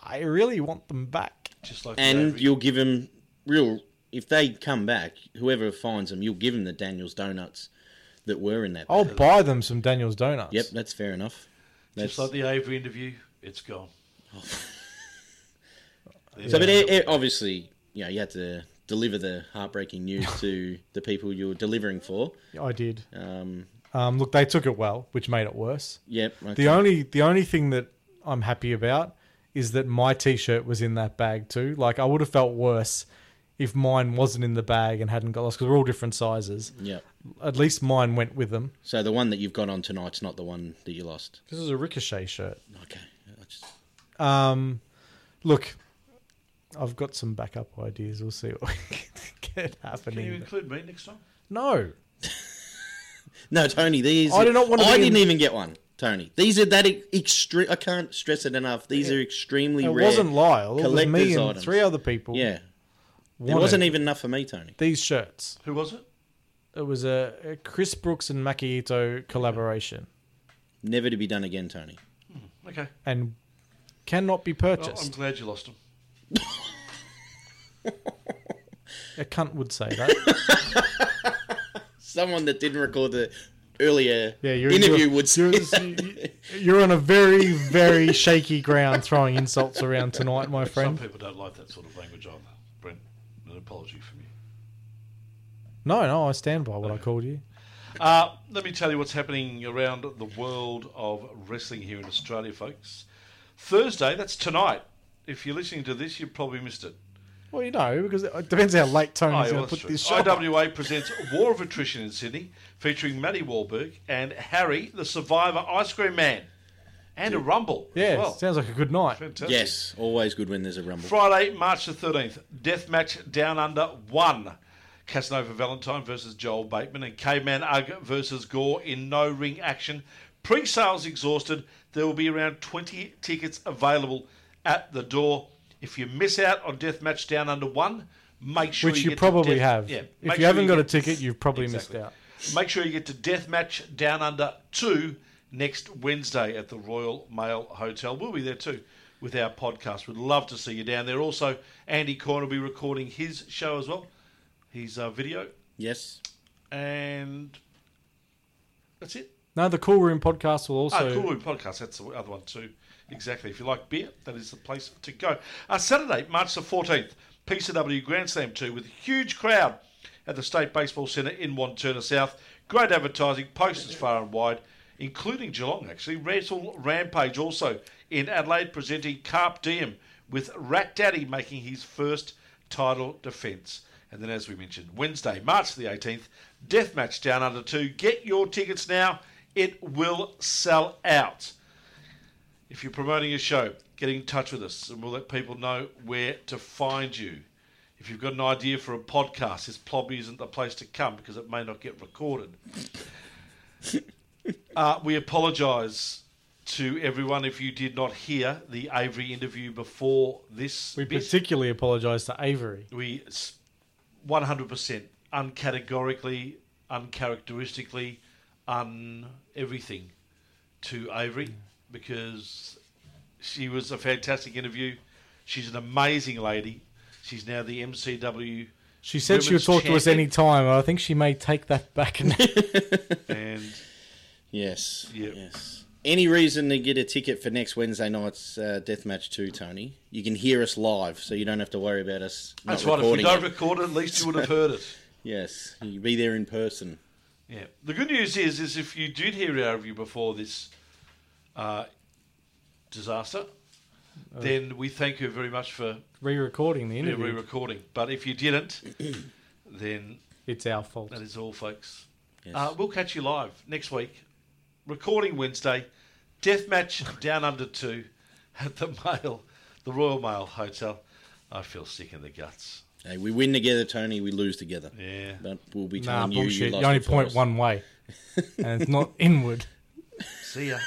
[SPEAKER 6] I really want them back.
[SPEAKER 5] Just like
[SPEAKER 7] and
[SPEAKER 5] Avery.
[SPEAKER 7] you'll give them real. If they come back, whoever finds them, you'll give them the Daniel's donuts that were in that.
[SPEAKER 6] I'll
[SPEAKER 7] bag.
[SPEAKER 6] buy them some Daniel's Donuts.
[SPEAKER 7] yep, that's fair enough. That's,
[SPEAKER 5] Just like the Avery interview, it's gone.
[SPEAKER 7] so, but it, it, obviously, you know, you had to deliver the heartbreaking
[SPEAKER 6] [laughs]
[SPEAKER 7] news to the people you were delivering for.
[SPEAKER 6] I did.
[SPEAKER 7] Um,
[SPEAKER 6] Um, look, they took it well, which made it worse.
[SPEAKER 7] yep. okay.
[SPEAKER 6] The only the only thing that I'm happy about is that my t-shirt was in that bag too. Like I would have felt worse if mine wasn't in the bag and hadn't got lost because we're all different sizes.
[SPEAKER 7] Yep.
[SPEAKER 6] At least mine went with them.
[SPEAKER 7] So the one that you've got on tonight's not the one that you lost.
[SPEAKER 6] This is a ricochet shirt.
[SPEAKER 7] Okay. I just,
[SPEAKER 6] Um, look, I've got some backup ideas. We'll see what [laughs] we can get
[SPEAKER 5] Can you
[SPEAKER 6] happening.
[SPEAKER 5] include me next time?
[SPEAKER 6] No,
[SPEAKER 7] no, Tony. These.
[SPEAKER 6] I do not want to
[SPEAKER 7] I
[SPEAKER 6] be in-
[SPEAKER 7] didn't even get one, Tony. These are that extreme. I can't stress it enough. These are extremely
[SPEAKER 6] it
[SPEAKER 7] rare.
[SPEAKER 6] wasn't Lyle. It was me
[SPEAKER 7] collector's
[SPEAKER 6] and
[SPEAKER 7] items.
[SPEAKER 6] three other people.
[SPEAKER 7] Yeah. There
[SPEAKER 6] wanted
[SPEAKER 7] wasn't even enough for me, Tony.
[SPEAKER 6] these shirts.
[SPEAKER 5] Who was it?
[SPEAKER 6] It was a a Chris Brooks and Makiito collaboration.
[SPEAKER 7] Never to be done again, Tony.
[SPEAKER 5] Okay.
[SPEAKER 6] and cannot be
[SPEAKER 5] Well, I'm
[SPEAKER 6] purchased.
[SPEAKER 5] glad you lost him.
[SPEAKER 6] a cunt would say that.
[SPEAKER 7] Someone that didn't record the earlier
[SPEAKER 6] [laughs] Yeah, you're,
[SPEAKER 7] interview
[SPEAKER 6] you're,
[SPEAKER 7] would say
[SPEAKER 6] You're, [laughs]
[SPEAKER 7] [laughs]
[SPEAKER 6] you're on a very, very shaky ground throwing insults around tonight, my
[SPEAKER 5] Some
[SPEAKER 6] friend.
[SPEAKER 5] people don't like that sort of language either. Brent, an apology from you.
[SPEAKER 6] No, no, I stand by what I called you.
[SPEAKER 5] Uh, let me tell you what's happening around the world of wrestling here in Australia, folks. Thursday, that's tonight. If you're listening to this, you probably missed it.
[SPEAKER 6] Well, you know, because it depends how late
[SPEAKER 5] Oh,
[SPEAKER 6] Tony's
[SPEAKER 5] yeah,
[SPEAKER 6] going
[SPEAKER 5] that's
[SPEAKER 6] to put
[SPEAKER 5] true.
[SPEAKER 6] this show. up.
[SPEAKER 5] IWA presents War of Attrition in Sydney, featuring Matty Wahlberg and Harry, the Survivor Ice Cream Man, and a Rumble
[SPEAKER 6] Yeah,
[SPEAKER 5] as well.
[SPEAKER 6] sounds like a good night.
[SPEAKER 5] Fantastic.
[SPEAKER 7] yes, always good when there's a rumble.
[SPEAKER 5] Friday, March the 13th, Deathmatch Down Under 1. Casanova Valentine versus Joel Bateman and Caveman Ugg versus Gore in no ring action. Pre sales exhausted. There will be around 20 tickets available at the door. If you miss out on Deathmatch Down Under 1, make sure
[SPEAKER 6] Which
[SPEAKER 5] you,
[SPEAKER 6] you
[SPEAKER 5] get to
[SPEAKER 6] probably
[SPEAKER 5] Death-
[SPEAKER 6] have.
[SPEAKER 5] Yeah,
[SPEAKER 6] If
[SPEAKER 5] make
[SPEAKER 6] you haven't got a
[SPEAKER 5] get-
[SPEAKER 6] ticket, you've probably missed out.
[SPEAKER 5] Make sure you get to Deathmatch Down Under 2 next Wednesday at the Royal Mail Hotel. We'll be there too with our podcast. We'd love to see you down there. Also, Andy Corn will be recording his show as well, his uh, video.
[SPEAKER 7] Yes.
[SPEAKER 5] And that's it.
[SPEAKER 6] No, the Cool Room podcast will also.
[SPEAKER 5] ah, Cool Room Podcast, that's the other one too. Exactly. If you like beer, that is the place to go. Uh, Saturday, March the 14th, PCW Grand Slam 2 with a huge crowd at the State Baseball Centre in Wanturna South. Great advertising, posters far and wide, including Geelong actually. Wrestle Rampage also in Adelaide presenting Carp Diem with Rat Daddy making his first title defence. And then, as we mentioned, Wednesday, March the 18th, Deathmatch Down Under 2. Get your tickets now. It will sell out. If you're promoting a show, get in touch with us and we'll let people know where to find you. If you've got an idea for a podcast, this probably isn't the place to come because it may not get recorded. Uh, we apologise to everyone if you did not hear the Avery interview before this.
[SPEAKER 6] we
[SPEAKER 5] bit.
[SPEAKER 6] particularly apologise to Avery.
[SPEAKER 5] We s- 100% uncategorically, uncharacteristically, un everything to Avery because she was a fantastic interview. She's an amazing lady. She's now the
[SPEAKER 7] [laughs]
[SPEAKER 5] MCW.
[SPEAKER 6] She said she
[SPEAKER 5] Women's
[SPEAKER 6] would talk to us
[SPEAKER 5] champion.
[SPEAKER 6] any time. I think she may take that back. And [laughs]
[SPEAKER 5] And
[SPEAKER 7] Yes.
[SPEAKER 5] Yep.
[SPEAKER 7] Yes. Any reason to get a ticket for next Wednesday night's uh, Deathmatch 2, Tony? You can hear us live, so you don't have to worry about us not
[SPEAKER 5] that's right. If you
[SPEAKER 7] recording
[SPEAKER 5] don't
[SPEAKER 7] it.
[SPEAKER 5] record it, at least you would have heard
[SPEAKER 7] [laughs]
[SPEAKER 5] it.
[SPEAKER 7] Yes, you be there in person.
[SPEAKER 5] Yeah. The good news is, is if you did hear our review before this uh, disaster,
[SPEAKER 7] Oh.
[SPEAKER 5] then we thank you very much for
[SPEAKER 6] re-recording the
[SPEAKER 5] Yeah,
[SPEAKER 6] interview.
[SPEAKER 5] re-recording. But if you didn't, [clears throat] then
[SPEAKER 6] It's our fault.
[SPEAKER 5] that is all, folks.
[SPEAKER 7] Yes.
[SPEAKER 5] Uh, we'll catch you live next week. Recording Wednesday, deathmatch down under [laughs] two at the Mail, the Royal Mail Hotel. I feel sick in the guts.
[SPEAKER 7] Hey, we win together, Tony. We lose together.
[SPEAKER 5] Yeah.
[SPEAKER 7] But we'll be
[SPEAKER 6] Nah,
[SPEAKER 7] telling you, you
[SPEAKER 6] bullshit. You,
[SPEAKER 7] lost
[SPEAKER 6] only
[SPEAKER 7] it for
[SPEAKER 6] point
[SPEAKER 7] us.
[SPEAKER 6] one way, and it's
[SPEAKER 7] [laughs]
[SPEAKER 6] not inward.
[SPEAKER 5] See ya.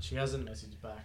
[SPEAKER 6] She hasn't messaged back.